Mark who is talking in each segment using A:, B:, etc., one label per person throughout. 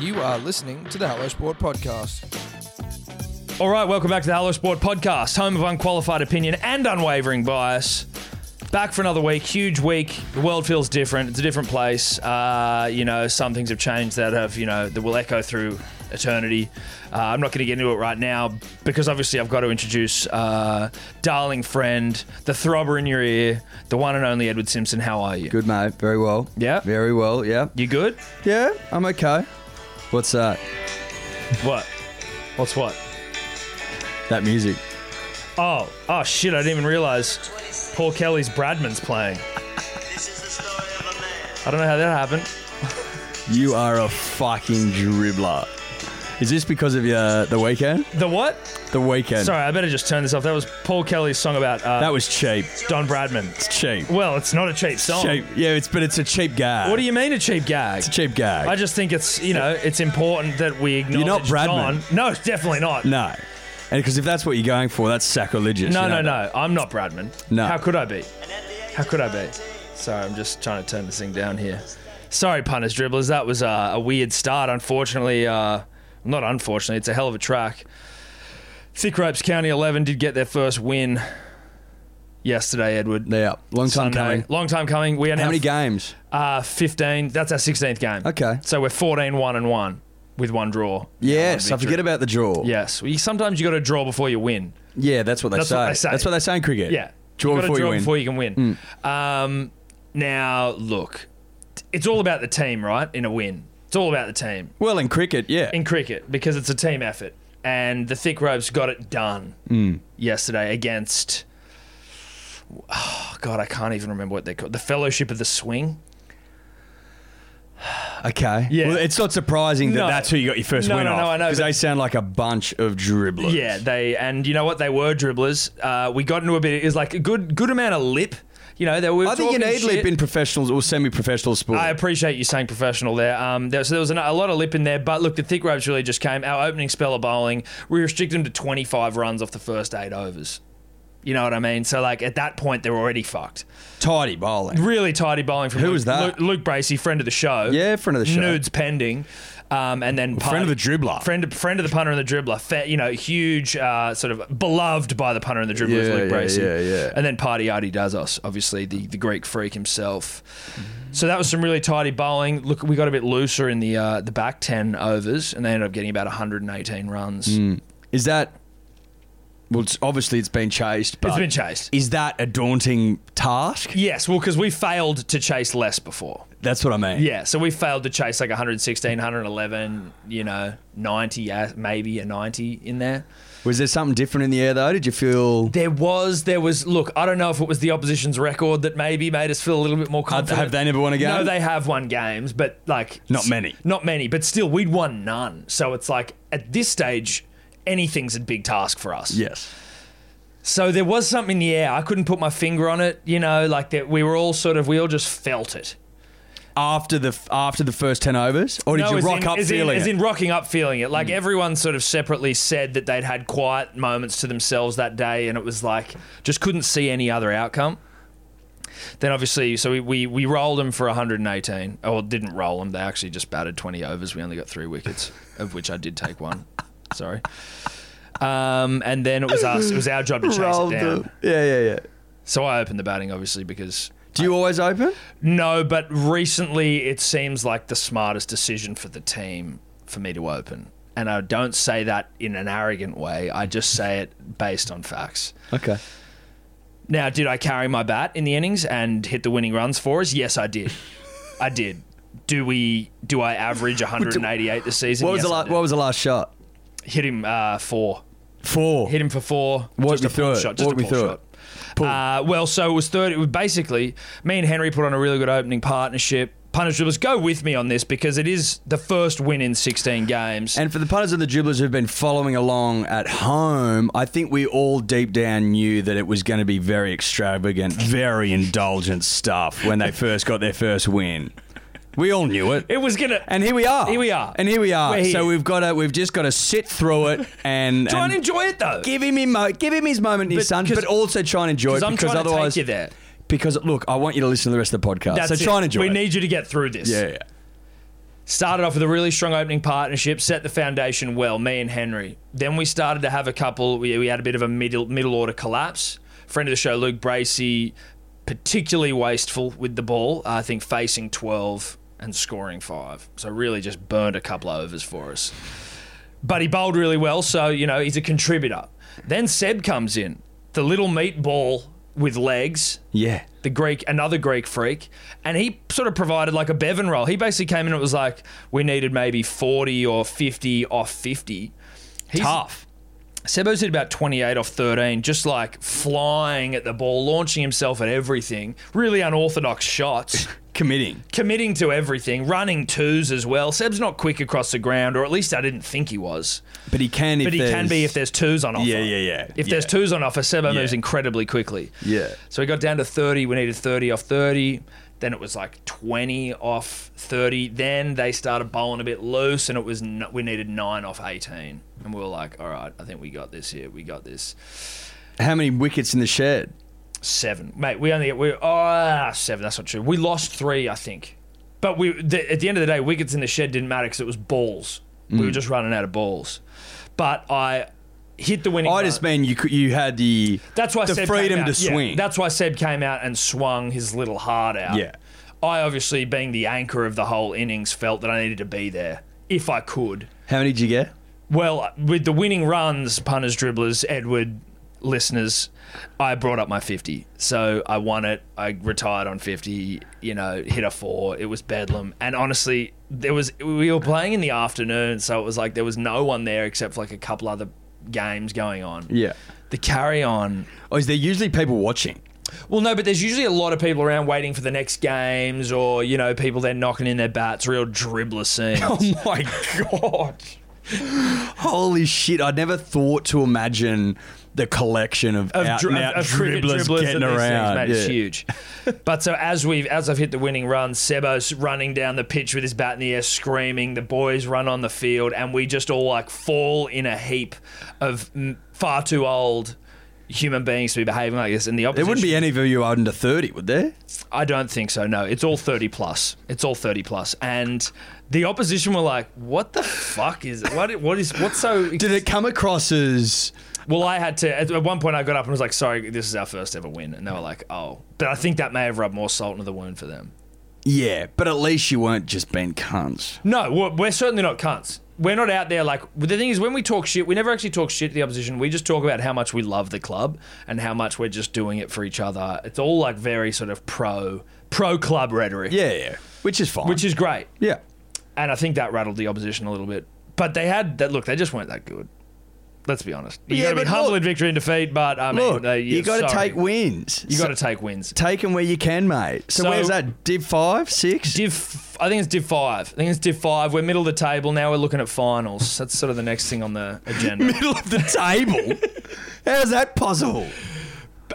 A: You are listening to the Hello Sport Podcast.
B: All right, welcome back to the Hello Sport podcast, home of unqualified opinion and unwavering bias. Back for another week, huge week. The world feels different. It's a different place. Uh, you know, some things have changed that have you know that will echo through eternity. Uh, I'm not going to get into it right now because obviously I've got to introduce uh, darling friend, the throbber in your ear, the one and only Edward Simpson. How are you?
C: Good mate, very well.
B: Yeah.
C: Very well, yeah.
B: You good?
C: Yeah, I'm okay. What's that?
B: What? What's what?
C: That music.
B: Oh, oh shit! I didn't even realize Paul Kelly's Bradman's playing. I don't know how that happened.
C: You are a fucking dribbler. Is this because of your the weekend?
B: The what?
C: The weekend.
B: Sorry, I better just turn this off. That was Paul Kelly's song about uh,
C: That was cheap.
B: Don Bradman.
C: It's cheap.
B: Well, it's not a cheap song.
C: Cheap. Yeah, it's but it's a cheap gag.
B: What do you mean a cheap gag?
C: It's a cheap gag.
B: I just think it's you know it's important that we acknowledge
C: You're not
B: Don.
C: Bradman.
B: No, definitely not.
C: no. And because if that's what you're going for, that's sacrilegious.
B: no,
C: you
B: no,
C: know
B: no. I'm not Bradman.
C: No.
B: How could I be? How could I be? Sorry, I'm just trying to turn this thing down here. Sorry, punters, dribblers. That was uh, a weird start. Unfortunately, uh, not unfortunately, it's a hell of a track. Thick Ropes County 11 did get their first win yesterday, Edward.
C: that. Yeah, long time
B: Sunday.
C: coming.
B: Long time coming. We are
C: How
B: now
C: many games?
B: uh, 15. That's our 16th game.
C: Okay.
B: So we're 14 1 and 1 with one draw.
C: Yes,
B: One
C: I forget
B: victory.
C: about the draw.
B: Yes. We, sometimes you got to draw before you win.
C: yeah, that's what they
B: That's
C: say.
B: what they say.
C: That's what they say in cricket.
B: Yeah.
C: draw
B: You've got to
C: before you
B: draw
C: win. Hmm.
B: before you can win. Um, now, look, it's all about the team, right? In a win, it's all about the team
C: well, in cricket, yeah.
B: in cricket because it's a team effort, and the thick ropes got it done
C: Hmm.
B: yesterday against. Oh God, I can't even remember what they're called. The Fellowship of the Swing.
C: Okay.
B: Yeah.
C: Well, it's not surprising that
B: No.
C: that's who you got your first
B: No,
C: win
B: no,
C: off.
B: no, I know,
C: Because
B: but-
C: they sound like a bunch of dribblers.
B: Yeah, they and you know what? They were dribblers. Uh, we got into a bit. It was like a good, good amount of lip. You know, they were.
C: I think you
B: talking
C: need
B: shit.
C: lip in professionals or semi-professional sport.
B: I appreciate you saying professional there. Um, there so there was an, a lot of lip in there, but look, the thick ropes really just came. Our opening spell of bowling, we restricted them to 25 runs off the first eight overs. You know what I mean? So, like, at that point, they're already fucked.
C: Tidy bowling.
B: Really tidy bowling from
C: Who
B: Luke,
C: was that?
B: Luke, Luke Bracey, friend of the show.
C: Yeah, friend of the show.
B: Nudes pending. Um, and then
C: friend of the dribbler.
B: Friend of, friend of the punter and the dribbler. Fa- you know, huge, uh, sort of beloved by the punter and the dribbler is
C: Yeah,
B: Luke
C: yeah,
B: Bracey.
C: yeah, yeah.
B: And then Party Dazos, obviously, the, the Greek freak himself. So that was some really tidy bowling. Look, we got a bit looser in the uh, the back 10 overs, and they ended up getting about 118 runs.
C: Mm. Is that? Well, it's, obviously it's been chased. But
B: It's been chased.
C: Is that a daunting task?
B: Yes, well, because we failed to chase less before.
C: That's what I mean.
B: Yeah, so we failed to chase like 116, 111, you know, 90, uh, maybe a 90 in there.
C: Was there something different in the air though? Did you feel?
B: There was, there was. Look, I don't know if it was the opposition's record that maybe made us feel a little bit more
C: Have-
B: confident.
C: have they never won a game?
B: No, they have won games, but like
C: Not many.
B: Not many, but still, we'd won none. So it's like at this stage, anything's a big task for us.
C: Yes.
B: So there was something in the air. I couldn't put my finger on it. You know, like that. We were all sort of, we all just felt it.
C: After the after the first ten overs, or did
B: No,
C: you
B: as
C: rock
B: in-
C: up
B: as in-
C: feeling
B: as
C: it? Hmm.
B: in rocking up feeling it. Like everyone sort of separately said that they'd had quiet moments to themselves that day, and it was like just couldn't see any other outcome. Then obviously, so we, we, we rolled them for 118. Or didn't roll them. They actually just batted 20 overs. We only got three wickets, of which I did take one. Sorry. Um, and then it was us. It was our job to chase
C: Rolled
B: it
C: the-
B: down.
C: yeah, yeah, yeah.
B: So I opened the batting, obviously, because
C: Do you always open?
B: no, but recently it seems like the smartest decision for the team for me to open. And I don't say that in an arrogant way. I just say it based on facts.
C: Okay.
B: Now, did I carry my bat in the innings and hit the winning runs for us? Yes, I did. I did. Do we? Do I average 188 this season?
C: What was
B: Yes,
C: the
B: I
C: la-
B: did.
C: What was the last shot?
B: hit him uh, four?
C: Four.
B: Hit him for four.
C: Walk
B: just
C: me
B: a
C: through
B: pull
C: it.
B: shot. Just
C: Walk
B: a
C: me
B: pull
C: through
B: shot.
C: it.
B: Uh, well, so it was third. It was basically me and Henry put on a really good opening partnership. Punish dribblers, go with me on this because it is the first win in 16 games.
C: And for the punters and the dribblers who've been following along at home, I think we all deep down knew that it was going to be very extravagant, very indulgent stuff when they first got their first win. We all knew it.
B: it was gonna.
C: And here we are.
B: Here we are.
C: And here we are.
B: We're here.
C: So we've got to, we've just got to sit through it and,
B: try and
C: and
B: enjoy it though.
C: give him his mo- give him his moment, in his
B: But-
C: son,
B: 'cause-
C: but also try and enjoy it
B: Because I'm
C: because
B: trying
C: otherwise
B: to take you there.
C: because look, I want you to listen to the rest of the podcast.
B: That's
C: so
B: it.
C: try and enjoy
B: We
C: it.
B: need you to get through this.
C: yeah, yeah.
B: Started off with a really strong opening partnership, set the foundation well, me and Henry. Then we started to have a couple, we, we had a bit of a middle, middle order collapse. Friend of the show, Luke Bracey, particularly wasteful with the ball, I think facing 12 and scoring five. So really just burned a couple of overs for us. But he bowled really well, so, you know, he's a contributor. Then Seb comes in, the little meatball with legs
C: Yeah.
B: the Greek, another Greek freak, and he sort of provided like a Bevan role. He basically came in and was like, we needed maybe 40 or 50 off 50. He's,
C: Tough.
B: Sebo's hit about 28 off 13, just like flying at the ball, launching himself at everything. Really unorthodox shots.
C: Committing.
B: Committing to everything, running twos as well. Seb's not quick across the ground, or at least I didn't think he was.
C: But he can if
B: But he can be if there's twos on offer.
C: Yeah, yeah, yeah.
B: If
C: Yeah.
B: there's twos on offer, Sebo
C: Yeah.
B: moves incredibly quickly.
C: Yeah.
B: So we got down to 30. We needed 30 off 30. Then it was like 20 off 30. Then they started bowling a bit loose, and it was n- we needed nine off 18. And we were like, all right, I think we got this here. We got this.
C: How many wickets in the shed?
B: Seven, mate. We only we ah seven. That's not true. We lost three, I think. But we the, at the end of the day, wickets in the shed didn't matter because it was balls. We were
C: Mm.
B: just running out of balls. But I hit the winning.
C: I
B: run.
C: just mean you cou- you had the
B: That's why
C: the
B: Seb
C: freedom
B: came out.
C: to
B: yeah,
C: swing.
B: that's why Seb came out and swung his little heart out.
C: Yeah.
B: I obviously, being the anchor of the whole innings, felt that I needed to be there if I could.
C: How many did you get?
B: Well, with the winning runs, punters, dribblers, Edward, listeners, I brought up my 50. So I won it. I retired on 50, you know, hit a four. It was bedlam. And honestly, there was we were playing in the afternoon, so it was like there was no one there except for like a couple other games going on.
C: Yeah.
B: The carry on
C: Oh, is there usually people watching?
B: well, no, but there's usually a lot of people around waiting for the next games, or you know, people there knocking in their bats, real dribbler scenes.
C: Oh my god! Holy shit! I never thought to imagine the collection of,
B: Of,
C: out
B: dri-
C: and
B: of-
C: out
B: of cricket
C: dribblers,
B: dribblers
C: getting
B: and these
C: around.
B: Things, mate, It's
C: Yeah.
B: huge. but so as we've as I've hit the winning run, Sebo's running down the pitch with his bat in the air, screaming. The boys run on the field, and we just all like fall in a heap of mm, far too old human beings to be behaving like this. And the
C: There
B: opposition,
C: wouldn't be any of you under thirty, would there?
B: I don't think so. No, it's all 30 plus. It's all 30 plus. And the opposition were like, "What the fuck is it? What, what is what's so?"
C: Did it come across as
B: well, I had to. At at one point, I got up and was like, "Sorry, this is our first ever win," and they were like, "Oh," but I think that may have rubbed more salt into the wound for them.
C: yeah? But at least you weren't just being cunts.
B: No, we're, we're certainly not cunts. We're not out there like the thing is when we talk shit, we never actually talk shit to the opposition. We just talk about how much we love the club and how much we're just doing it for each other. It's all like very sort of pro pro club rhetoric,
C: Yeah, yeah. Which is fine.
B: which is great.
C: yeah.
B: and I think that rattled the opposition a little bit. But they had that look; they just weren't that good. Let's be honest. You
C: Yeah,
B: got to be
C: but
B: humble
C: look-
B: in victory and defeat, but I mean,
C: Look,
B: they, yeah,
C: you got to
B: sorry.
C: take wins.
B: You got to take wins.
C: take them where you can, mate. So,
B: So-
C: where's that? Div five, six.
B: Div, I think it's Div five. I think it's Div five. We're middle of the table now. We're looking at finals. That's sort of the next thing on the agenda.
C: middle of the table. How's that possible?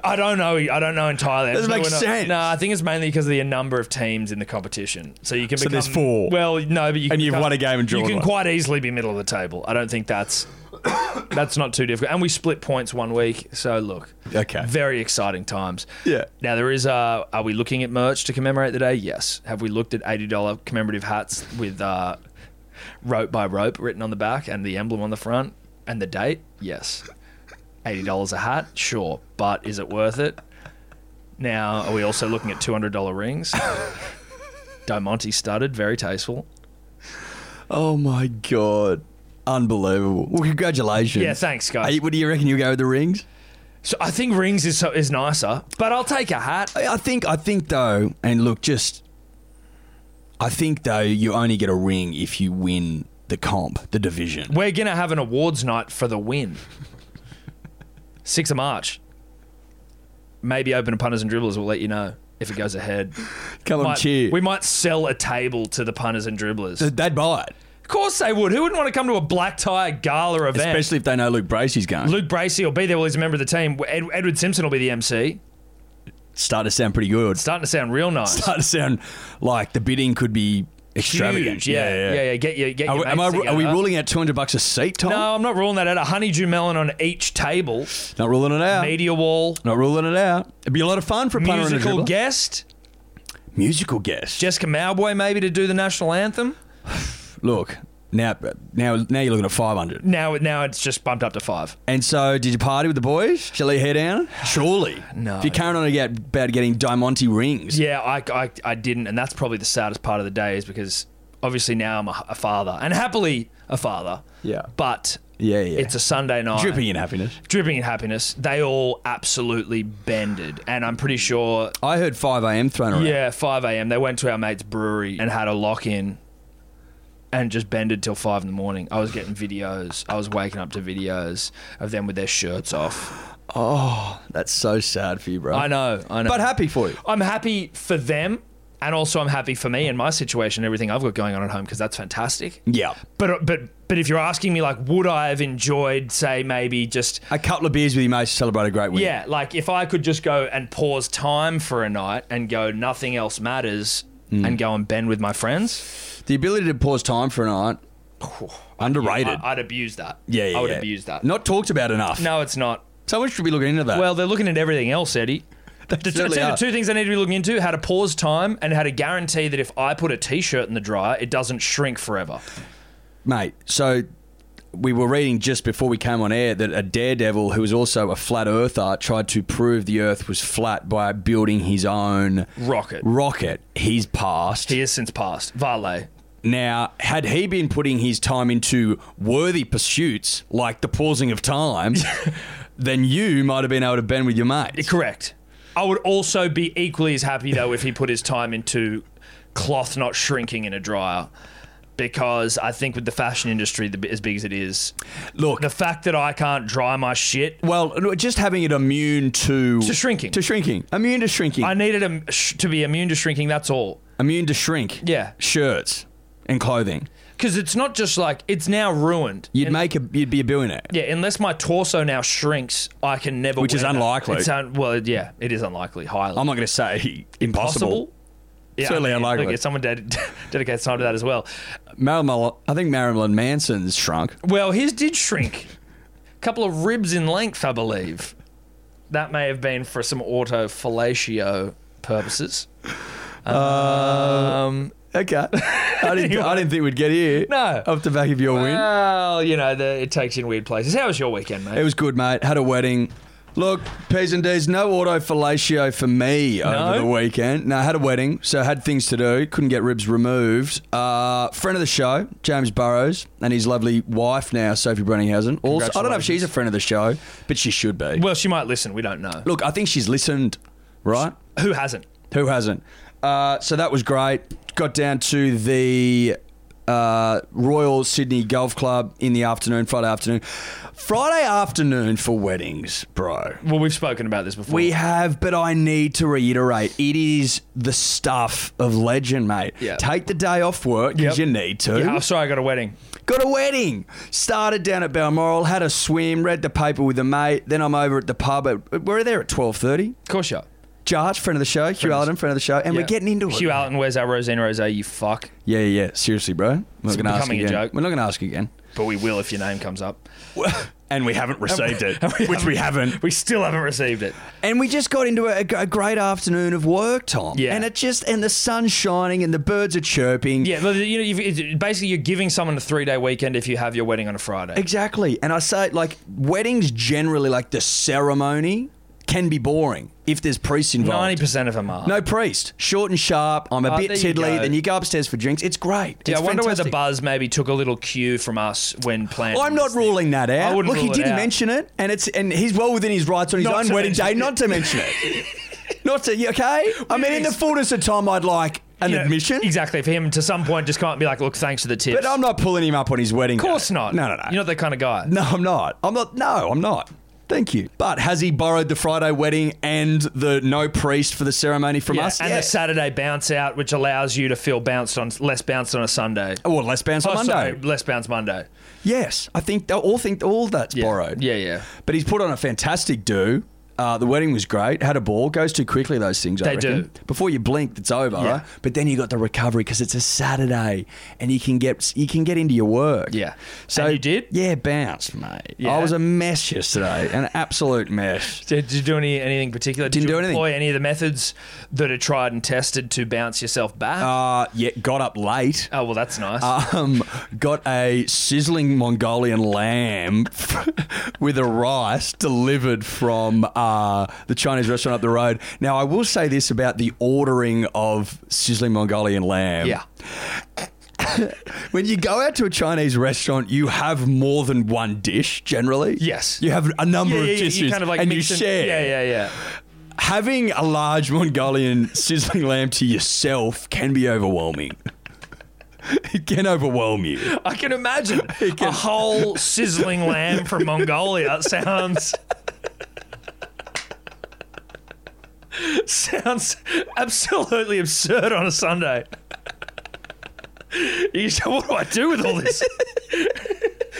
B: I don't know. I don't know entirely.
C: Doesn't make
B: We're not-
C: sense.
B: No, I think it's mainly because of the number of teams in the competition. So you can.
C: So
B: become,
C: there's four.
B: Well, no, but you can
C: you've
B: become-
C: won a game and
B: You
C: drawn
B: can
C: one.
B: quite easily be middle of the table. I don't think that's that's not too difficult. And we split points one week. So look,
C: Okay.
B: very exciting times.
C: Yeah.
B: Now there is. Uh, are we looking at merch to commemorate the day? Yes. Have we looked at eighty dollar commemorative hats with uh, rope by rope written on the back and the emblem on the front and the date? Yes. Eighty dollars a hat, sure, but is it worth it? Now are we also looking at two hundred dollar rings? Diamante studded, very tasteful.
C: Oh my god, unbelievable. Well, congratulations.
B: Yeah, thanks, guys.
C: Are you- what do you reckon? You'll go with the rings?
B: So I think rings is so, is nicer, but I'll take a hat.
C: I, I think. I think though, and look, just. I think though, you only get a ring if you win the comp, the division.
B: We're gonna have an awards night for the win. Sixth of March. Maybe open to punters and dribblers. We'll let you know if it goes ahead.
C: Come on,
B: Might-
C: cheer.
B: We might sell a table to the punters and dribblers.
C: They'd buy it,
B: of course they would. Who wouldn't want to come to a black tie gala event?
C: especially if they know Luke Bracey's going.
B: Luke Bracey will be there. Well, he's a member of the team. Ed- Edward Simpson will be the MC.
C: Start to sound pretty good.
B: Starting to sound real nice.
C: Start to sound like the bidding could be extravagant.
B: Huge. Yeah, yeah, yeah. Get your get
C: Are,
B: your
C: we- am I,
B: mates
C: are we
B: together.
C: ruling out 200 bucks a seat, Tom?
B: No, I'm not ruling that out. A honeydew melon on each table.
C: Not ruling it out.
B: Media wall.
C: Not ruling it out. It'd be a lot of fun for a punter
B: Musical
C: and a dribbler.
B: guest.
C: musical guest.
B: Jessica Mowboy maybe to do the national anthem.
C: Look, now, now, now you're looking at 500.
B: Now, now it's just bumped up to five.
C: And so, did you party with the boys? Shall we head down? Surely.
B: No.
C: If you're carrying on get- about getting Diamante rings.
B: Yeah, I, I, I didn't, and that's probably the saddest part of the day is because obviously now I'm a, a father, and happily a father.
C: Yeah.
B: But
C: Yeah, yeah.
B: it's a Sunday night.
C: Dripping in happiness.
B: Dripping in happiness. They all absolutely bended, and I'm pretty sure.
C: I heard 5 a.m. thrown around.
B: Yeah, 5 a.m. They went to our mate's brewery and had a lock in, and just bended till five in the morning. I was getting videos. I was waking up to videos of them with their shirts off.
C: Oh, that's so sad for you, bro.
B: I know. I know.
C: But happy for you.
B: I'm happy for them, and also I'm happy for me and my situation, everything I've got going on at home because that's fantastic.
C: Yeah.
B: But but but if you're asking me, like, would I have enjoyed, say, maybe just
C: A couple of beers with you, mate, to celebrate a great win.
B: yeah, like if I could just go and pause time for a night and go, nothing else matters, and go and bend with my friends,
C: The ability to pause time for a night, underrated.
B: I, would abuse that.
C: yeah, yeah,
B: I would
C: yeah.
B: abuse that.
C: Not talked about enough.
B: no, it's not.
C: Someone should be looking into that.
B: Well, they're looking at everything else, Eddie. The two,
C: Uh, certainly
B: the
C: are.
B: two things I need to be looking into: how to pause time and how to guarantee that if I put a T-shirt in the dryer, it doesn't shrink forever.
C: mate. So we were reading just before we came on air that a daredevil who was also a flat earther tried to prove the Earth was flat by building his own
B: Rocket.
C: Rocket. He's passed
B: He has since passed. Vale.
C: now. Had he been putting his time into worthy pursuits like the pausing of time, then you might have been able to bend with your mate.
B: Correct. I would also be equally as happy though if he put his time into cloth not shrinking in a dryer. Because I think with the fashion industry the, as big as it is,
C: Look,
B: the fact that I can't dry my shit,
C: well, no, just having it immune to
B: To shrinking.
C: to shrinking, immune to shrinking,
B: I needed a, sh- to be immune to shrinking. That's all.
C: immune to shrink.
B: Yeah.
C: shirts and clothing.
B: Because it's not just like it's now ruined.
C: You'd make a, you'd be a billionaire.
B: Yeah, unless my torso now shrinks, I can never.
C: Which
B: wear
C: is
B: that.
C: unlikely.
B: It's un- well, yeah, it is unlikely. Highly.
C: I'm not going to say impossible.
B: possible. Yeah,
C: Certainly unlikely.
B: Look, if someone ded- dedicates time to that as well.
C: Marilyn, I think Marilyn Manson's shrunk.
B: Well, his did shrink. A couple of ribs in length, I believe. That may have been for some auto fellatio purposes.
C: Uh,
B: Um,
C: Okay. I didn't, I didn't think we'd get here.
B: No. Uh,
C: Off the back of your win.
B: well, you know, the, it takes you in weird places. How was your weekend, mate?
C: It was good, mate. Had a wedding. Look, P's and D's, no auto fellatio for me over
B: No?
C: the weekend. No, I had a wedding, so had things to do. Couldn't get ribs removed. Uh, friend of the show, James Burrows, and his lovely wife now, Sophie Brenninghausen. Also, I don't know if she's a friend of the show, but she should be.
B: well, she might listen. We don't know.
C: Look, I think she's listened, right?
B: Who hasn't?
C: Who hasn't? Uh, so that was great. Got down to the uh, Royal Sydney Golf Club in the afternoon, Friday afternoon. Friday afternoon for weddings, bro.
B: Well, we've spoken about this before.
C: We have, but I need to reiterate it is the stuff of legend, mate.
B: Yeah.
C: Take the day off work
B: Yep.
C: because you need to.
B: Yeah, I'm oh, sorry, I got a wedding.
C: Got a wedding. Started down at Balmoral, had a swim, read the paper with a mate. Then I'm over at the pub. At, we're there at 12.30.
B: Of course you are.
C: Jarge, friend of the show. Hugh Allen, friend of the show. And
B: Yeah.
C: we're getting into it.
B: Hugh Allen, where's our Rosine Rose? You fuck.
C: Yeah, yeah, yeah. Seriously, bro. We're not
B: It's
C: going to ask
B: becoming a
C: again.
B: joke.
C: We're not going to ask again.
B: But we will if your name comes up.
C: And we haven't received it,
B: which we
C: haven't.
B: We still haven't received it.
C: And we just got into a, a great afternoon of work, Tom.
B: Yeah.
C: And it just and the sun's shining and the birds are chirping.
B: Yeah, well, you know, you've, it's- basically, you're giving someone a three day weekend if you have your wedding on a Friday.
C: Exactly. And I say like weddings generally like the ceremony can be boring if there's priests
B: Ninety
C: involved.
B: percent of them are.
C: No priest. Short and sharp. I'm a
B: Oh,
C: bit
B: there you
C: tiddly.
B: go.
C: then you go upstairs for drinks. It's great.
B: yeah, I
C: It's
B: wonder whether
C: fantastic.
B: Buzz maybe took a little cue from us when planning.
C: I'm not
B: this thing.
C: ruling that out.
B: I wouldn't
C: Look,
B: rule
C: he
B: it
C: didn't
B: out.
C: mention it, and it's and he's well within his rights on his
B: Not
C: own
B: to
C: wedding
B: mention
C: day
B: it.
C: not to mention it. not to you okay? I mean, in the fullness of time, I'd like an
B: You know,
C: admission,
B: Exactly. For him to some point just can't be like, look, thanks for the tips.
C: but I'm not pulling him up on his wedding.
B: of course not.
C: No, no, no.
B: You're not that kind of guy.
C: no, I'm not. I'm not. No, I'm not. Thank you. But has he borrowed the Friday wedding and the no priest for the ceremony from
B: Yeah,
C: us?
B: and
C: Yeah.
B: the Saturday bounce out, which allows you to feel bounced on less bounced on a Sunday.
C: Oh, well, let's bounce on
B: Oh,
C: Monday.
B: sorry, less bounce Monday.
C: Yes, I think all think all that's borrowed.
B: Yeah, yeah.
C: But he's put on a fantastic do. Uh, the wedding was great. Had a ball. Goes too quickly. Those things. I
B: They do.
C: reckon. Before you blink, it's over.
B: Yeah.
C: Right? But then you got the recovery because it's a Saturday, and you can get you can get into your work.
B: Yeah. And you did?
C: Yeah, bounced, mate.
B: Yeah.
C: I was a mess yesterday. An absolute mess.
B: Did, did you do any anything particular? Did
C: Didn't
B: you
C: do anything.
B: employ any of the methods that are tried and tested to bounce yourself back?
C: Uh, yeah, got up late.
B: oh well, that's nice.
C: Um, got a sizzling Mongolian lamb with a rice delivered from uh, the Chinese restaurant up the road. Now, I will say this about the ordering of sizzling Mongolian lamb.
B: yeah.
C: When you go out to a Chinese restaurant, you have more than one dish generally.
B: Yes.
C: You have a number
B: Yeah, yeah,
C: of
B: yeah,
C: dishes
B: you kind of like
C: and you
B: mix and-
C: share.
B: Yeah, yeah, yeah.
C: Having a large Mongolian sizzling lamb to yourself can be overwhelming. it can overwhelm you.
B: I can imagine a whole sizzling lamb from Mongolia sounds sounds absolutely absurd on a Sunday. You say, what do I do with all this?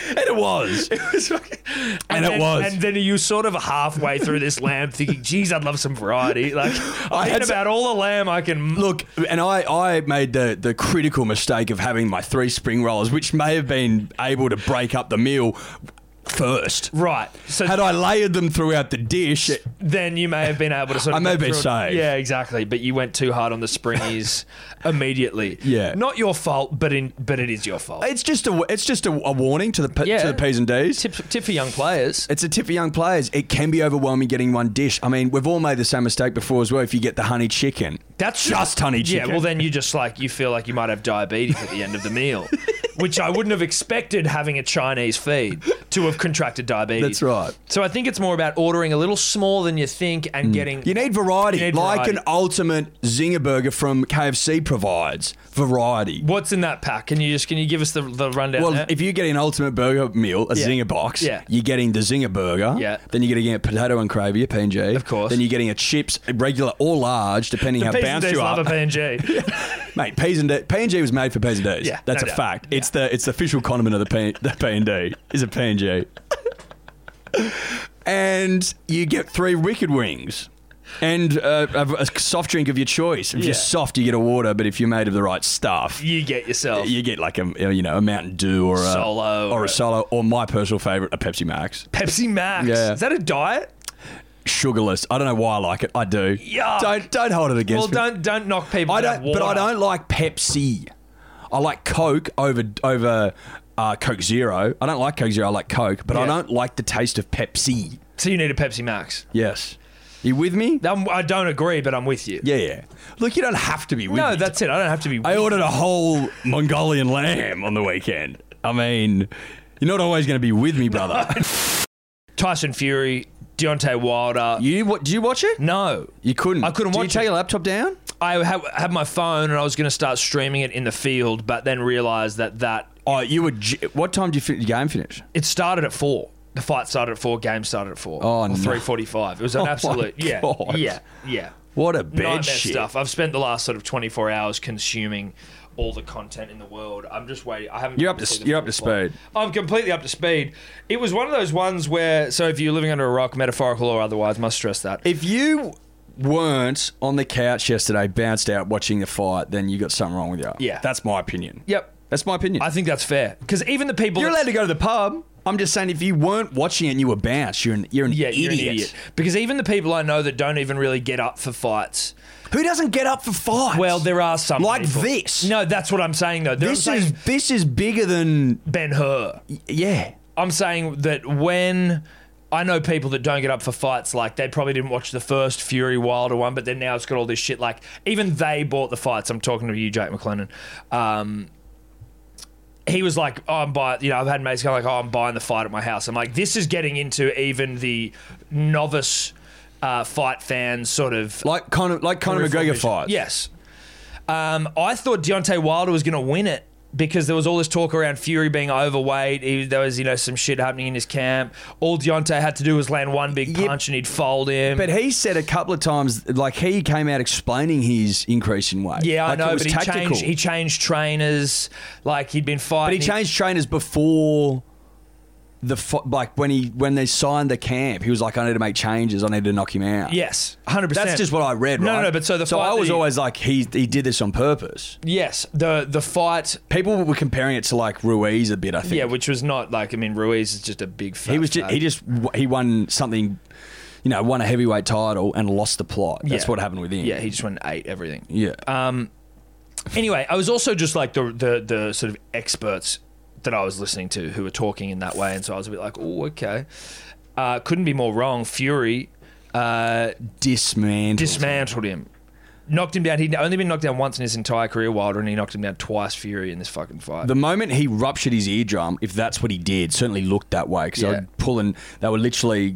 C: And it was.
B: It was fucking- and,
C: it
B: then-
C: was.
B: And then you sort of halfway through this lamb, thinking, "Geez, I'd love some variety." Like
C: I
B: I had
C: had
B: about all the lamb I can.
C: Look, and I, I made the, the critical mistake of having my three spring rollers, which may have been able to break up the meal first.
B: Right. So
C: Had I layered them throughout the dish,
B: then you may have been able to sort of.
C: I may
B: get
C: have been
B: through it.
C: saved.
B: Yeah, exactly. But you went too hard on the springies immediately.
C: Yeah.
B: Not your fault, but in but it is your fault.
C: it's just a it's just a, a warning to the p
B: Yeah.
C: to the P's and D's.
B: Tip, tip for young players.
C: It's a tip for young players. It can be overwhelming getting one dish. I mean, we've all made the same mistake before as well. If you get the honey chicken,
B: That's
C: just honey chicken.
B: Yeah. Well, then you just like you feel like you might have diabetes at the end of the meal. Which I wouldn't have expected having a Chinese feed to have contracted diabetes.
C: That's right. Mm.
B: So I think it's more about ordering a little smaller than you think and getting.
C: You need variety,
B: You need
C: like
B: variety.
C: an ultimate zinger burger from KFC provides variety.
B: What's in that pack? Can you just can you give us the, the rundown?
C: Well,
B: there?
C: if you get an ultimate burger meal, a
B: Yeah.
C: zinger box,
B: Yeah.
C: you're getting the zinger burger.
B: Yeah.
C: Then you're getting a potato and gravy, a PNG.
B: Of course.
C: Then you're getting a chips, a regular or large, depending how
B: P's and
C: bounced
B: D's
C: you
B: love
C: are.
B: a PNG.
C: Mate, P's and D, PNG was made for P's and D's.
B: Yeah,
C: that's
B: no
C: a
B: doubt.
C: fact. It's the it's the official condiment of the P the P and D is a PNG. and you get three wicked wings. And uh, a, a soft drink of your choice. If
B: Yeah.
C: you're soft, you get a water. But if you're made of the right stuff,
B: you get yourself.
C: you get like a you know a Mountain Dew or a
B: Solo
C: or
B: or-
C: a solo or my personal favorite a Pepsi Max
B: Pepsi Max.
C: Yeah.
B: Is that a diet?
C: sugarless. I don't know why I like it. I do.
B: Yuck.
C: Don't don't hold it against
B: Well,
C: me.
B: don't don't knock people.
C: I
B: that have
C: don't. But I
B: water.
C: don't like Pepsi. I like Coke over over uh, Coke Zero. I don't like Coke Zero. I like Coke, but
B: Yeah.
C: I don't like the taste of Pepsi.
B: So you need a Pepsi Max.
C: Yes. You with me?
B: I'm, I don't agree, but I'm with you.
C: Yeah, yeah. Look, you don't have to be with
B: no,
C: me.
B: that's it. I don't have to be.
C: I ordered a whole Mongolian lamb on the weekend. I mean, you're not always going to be with me, brother.
B: Tyson Fury, Deontay Wilder.
C: You what? Did you watch it?
B: no,
C: You couldn't.
B: I couldn't
C: Did
B: watch
C: you take
B: it.
C: your laptop down?
B: I ha- had my phone and I was going to start streaming it in the field, but then realized that that
C: Oh, you were. j- What time did you fin- the game finish?
B: it started at four. The fight started at four. Game started at four.
C: Oh,
B: or
C: no.
B: three forty-five. It was an
C: Oh, my
B: absolute. Yeah,
C: God.
B: yeah, yeah.
C: What a bed
B: nightmare
C: shit.
B: stuff. I've spent the last sort of 24 hours consuming all the content in the world. I'm just waiting. I haven't.
C: You're up to-
B: completely
C: you're up to
B: fully-
C: speed.
B: I'm completely up to speed. It was one of those ones where. So if you're living under a rock, metaphorical or otherwise, must stress that.
C: If you weren't on the couch yesterday, bounced out watching the fight, then you got something wrong with you.
B: Yeah.
C: that's my opinion.
B: yep.
C: that's my opinion.
B: I think that's fair because even the people
C: you're
B: that-
C: allowed to go to the pub. I'm just saying, if you weren't watching it, and you were bounced. You're an you're an,
B: yeah,
C: idiot.
B: you're an idiot. Because even the people I know that don't even really get up for fights.
C: Who doesn't get up for fights?
B: Well, there are some
C: Like
B: people.
C: this.
B: No, that's what I'm saying though. This
C: this
B: I'm
C: is
B: saying
C: this is bigger than
B: Ben Hur.
C: yeah.
B: I'm saying that when I know people that don't get up for fights, like they probably didn't watch the first Fury Wilder one, but then now it's got all this shit. Like even they bought the fights. I'm talking to you, Jake McLennan. Um, he was like, oh, I'm buying, you know, I've had mates kind of like, oh, I'm buying the fight at my house. I'm like, this is getting into even the novice uh, fight fans sort of
C: Like Conor like Conor
B: peripheral
C: McGregor
B: vision.
C: fights.
B: Yes. Um, I thought Deontay Wilder was going to win it because there was all this talk around Fury being overweight. He, there was, you know, some shit happening in his camp. All Deontay had to do was land one big
C: Yep.
B: punch and he'd fold him.
C: But he said a couple of times, like he came out explaining his increase in weight.
B: yeah,
C: Like,
B: I
C: it
B: know,
C: was
B: but he
C: tactical.
B: changed, he changed trainers. Like, he'd been
C: but he
B: fighting.
C: changed trainers before the fo- like when he when they signed the camp, he was like, I need to make changes. I need to knock him out.
B: Yes, hundred percent.
C: That's just what I read.
B: No,
C: right?
B: no, no, but so the
C: so
B: fight
C: I was
B: that he-
C: always like, he he did this on purpose.
B: Yes, the the fight.
C: People were comparing it to like Ruiz a bit. I think.
B: Yeah, which was not like I mean Ruiz is just a big. Fat
C: he was just,
B: fag.
C: he just he won something, you know, won a heavyweight title and lost the plot. That's
B: Yeah.
C: what happened with him.
B: yeah he Um, just went and ate everything.
C: yeah.
B: Anyway, I was also just like the the the sort of experts that I was listening to who were talking in that way, and so I was a bit like, oh okay, uh, couldn't be more wrong. Fury uh,
C: dismantled.
B: dismantled him. Knocked him down. He'd only been knocked down once in his entire career, Wilder, and he knocked him down twice, Fury, in this fucking fight.
C: The moment he ruptured his eardrum, if that's what he did, certainly looked that way because
B: Yeah.
C: they were pulling. They were literally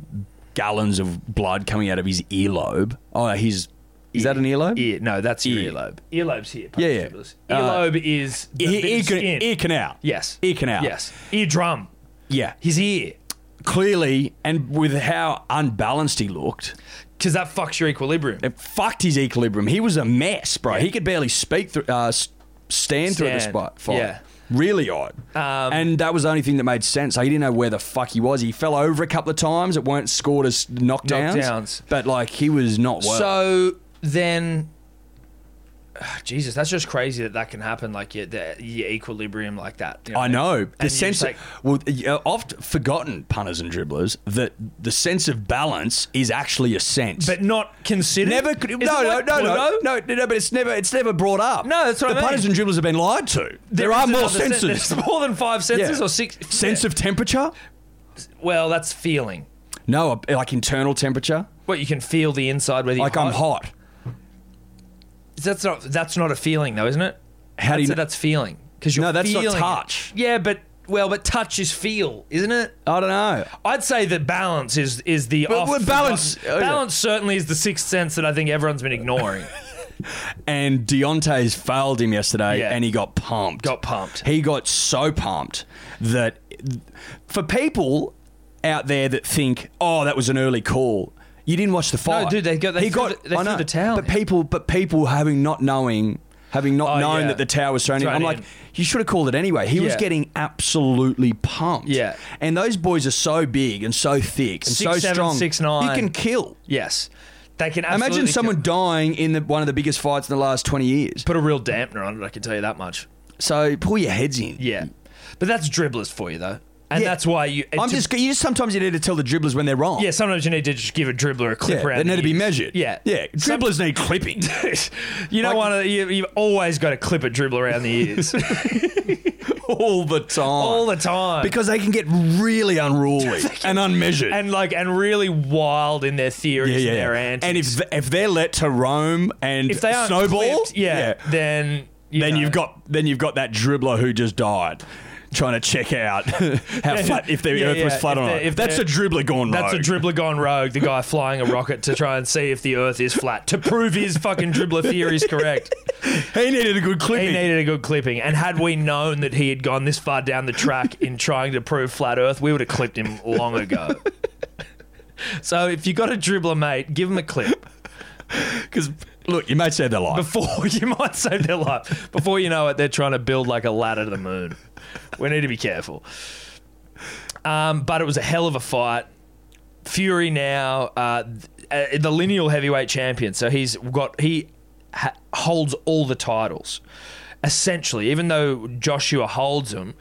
C: gallons of blood coming out of his earlobe. Oh, his is that an earlobe?
B: Ear, no, that's your
C: Ear.
B: earlobe. Earlobe's here.
C: Yeah, yeah.
B: Earlobe
C: Uh,
B: is the
C: Ear,
B: bit of
C: ear, can,
B: skin.
C: ear canal.
B: Yes.
C: Ear canal.
B: Yes. Eardrum.
C: Yeah.
B: His ear.
C: Clearly, and with how unbalanced he looked,
B: Because that fucks your equilibrium.
C: it fucked his equilibrium. He was a mess, bro. He could barely speak through, uh, s- stand, through the
B: Stand.
C: spot. Fight.
B: Yeah.
C: Really odd.
B: Um,
C: and that was the only thing that made sense. Like, he didn't know where the fuck he was. He fell over a couple of times. It weren't scored as knockdowns.
B: Knockdowns.
C: But, like, he was not well.
B: So then. ah, Jesus, that's just crazy that that can happen. Like your, the, your equilibrium like that. you
C: I know the
B: you're
C: sense.
B: just like-
C: well, uh, oft forgotten punters and dribblers that the sense of balance is actually a sense.
B: But not considered.
C: Never could.
B: Is
C: no,
B: it
C: no,
B: like
C: no,
B: Pluto?
C: no, no, no, no. But it's never, it's never brought up.
B: No, that's what
C: the
B: I mean.
C: punters and dribblers have been lied to. There,
B: is
C: are more
B: another sen-
C: senses.
B: There's more than five senses
C: Yeah.
B: or six.
C: Sense of temperature?
B: Well, that's feeling.
C: No, uh, like internal temperature.
B: What you can feel the inside whether you're
C: Like I'm hot.
B: That's not that's not a feeling though, isn't it?
C: How
B: I'd
C: do you
B: say
C: kn-
B: that's feeling because you're
C: No, that's not
B: feeling it.
C: touch.
B: Yeah, but well, but touch is feel, isn't it?
C: I don't know.
B: I'd say that balance is is the
C: But
B: off
C: what balance- oh,
B: forgotten-
C: okay.
B: Balance certainly is the sixth sense that I think everyone's been ignoring.
C: And Deontay's failed him yesterday,
B: Yeah.
C: and he got pumped.
B: Got pumped.
C: He got so pumped that for people out there that think, "Oh, that was an early call," you didn't watch the fight.
B: dude, they got- they
C: he
B: threw
C: got
B: the- they
C: I
B: threw
C: know,
B: the towel
C: But
B: in.
C: people, but people having not knowing. Having not
B: Oh,
C: known
B: yeah.
C: that the tower was thrown in,
B: Thrown
C: I'm like,
B: in.
C: you should have called it anyway. He was
B: Yeah.
C: getting absolutely pumped.
B: Yeah.
C: And those boys are so big and so thick and
B: Six,
C: so
B: seven,
C: strong.
B: six, nine.
C: You can kill.
B: yes, they can.
C: Imagine
B: absolutely
C: someone
B: kill-
C: dying in the, one of the biggest fights in the last 20 years.
B: put a real dampener on it. I can tell you that much.
C: So pull your heads in.
B: Yeah, but that's dribblers for you though, and
C: Yeah.
B: that's why you.
C: I'm
B: to-
C: just, you just sometimes you need to tell the dribblers when they're wrong.
B: Yeah, sometimes you need to just give a dribbler a clip
C: Yeah,
B: around.
C: they need
B: the
C: to be
B: ears.
C: measured.
B: Yeah,
C: Yeah.
B: Some-
C: Dribblers need clipping.
B: you know,
C: Like-
B: one of the, you, you've always got to clip a dribble around the ears
C: all the time.
B: all the time
C: Because they can get really unruly and unmeasured.
B: and like and really wild in their theories
C: yeah, yeah,
B: and
C: yeah.
B: their antics.
C: And if if they're let to roam and
B: if they aren't
C: snowball,
B: clipped, yeah, then you
C: then
B: know.
C: you've got then you've got that dribbler who just died. Trying to check out how flat if the
B: Yeah,
C: earth was
B: yeah.
C: flat
B: If
C: or
B: they're-
C: not.
B: if
C: that's a
B: they're-
C: dribbler gone
B: That's a
C: rogue.
B: dribbler gone rogue, the guy flying a rocket to try and see if the earth is flat to prove his fucking dribbler theory is correct.
C: he needed a good
B: He
C: clipping.
B: needed a good clipping. And had we known that he had gone this far down the track in trying to prove flat earth, we would have clipped him long ago. So if you got a dribbler, mate, give him a clip
C: Because look, you may save their life.
B: before you might save their life. Before you know it, they're trying to build like a ladder to the moon. We need to be careful. Um, but it was a hell of a fight. Fury now, uh, th- uh, the lineal heavyweight champion. So he's got he ha- holds all the titles, essentially. Even though Joshua holds them,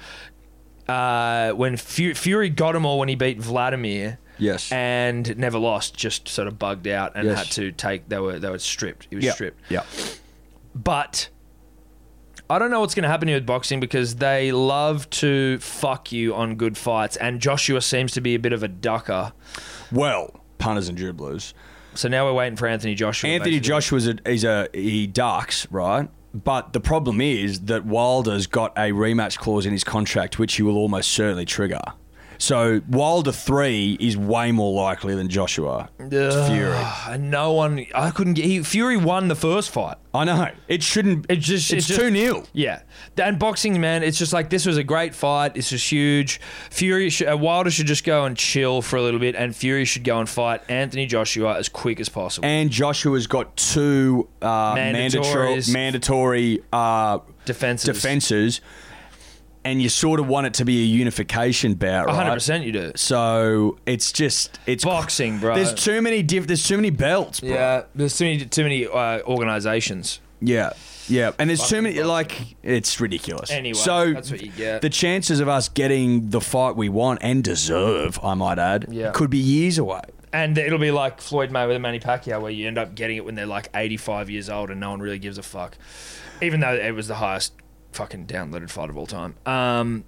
B: uh, when Fu- Fury got him all when he beat Vladimir,
C: Yes.
B: and never lost, just sort of bugged out and
C: Yes.
B: had to take. They were they were stripped. He was
C: yeah.
B: stripped.
C: Yeah.
B: But I don't know what's going to happen here with boxing because they love to fuck you on good fights, and Joshua seems to be a bit of a ducker.
C: Well, punters and dribblers.
B: So now we're waiting for Anthony Joshua.
C: Anthony
B: basically.
C: Joshua's a, he's a he ducks right, but the problem is that Wilder's got a rematch clause in his contract, which he will almost certainly trigger. So Wilder three is way more likely than Joshua
B: Ugh,
C: Fury.
B: And no one, I couldn't get. He, Fury won the first fight.
C: I know it shouldn't.
B: It just-
C: it's
B: it just-
C: two nil.
B: Yeah, and boxing, man, it's just like this was a great fight. This is huge. Fury, sh- uh, Wilder should just go and chill for a little bit, and Fury should go and fight Anthony Joshua as quick as possible.
C: And Joshua's got two uh, mandatory
B: Mandatories.
C: mandatory uh,
B: Defenses.
C: defenses. and you sort of want it to be a unification bout, right?
B: 100% you do.
C: So it's just it's
B: Boxing, bro.
C: There's too many diff. There's too many belts. Bro.
B: Yeah, there's too many too many uh, organizations.
C: Yeah. Yeah. And there's too many, like, it's ridiculous.
B: Anyway,
C: so
B: that's what you get.
C: The chances of us getting the fight we want and deserve, I might add,
B: Yeah.
C: could be years away.
B: And it'll be like Floyd Mayweather, Manny Pacquiao, where you end up getting it when they're like 85 years old and no one really gives a fuck, even though it was the highest fucking downloaded fight of all time. Um,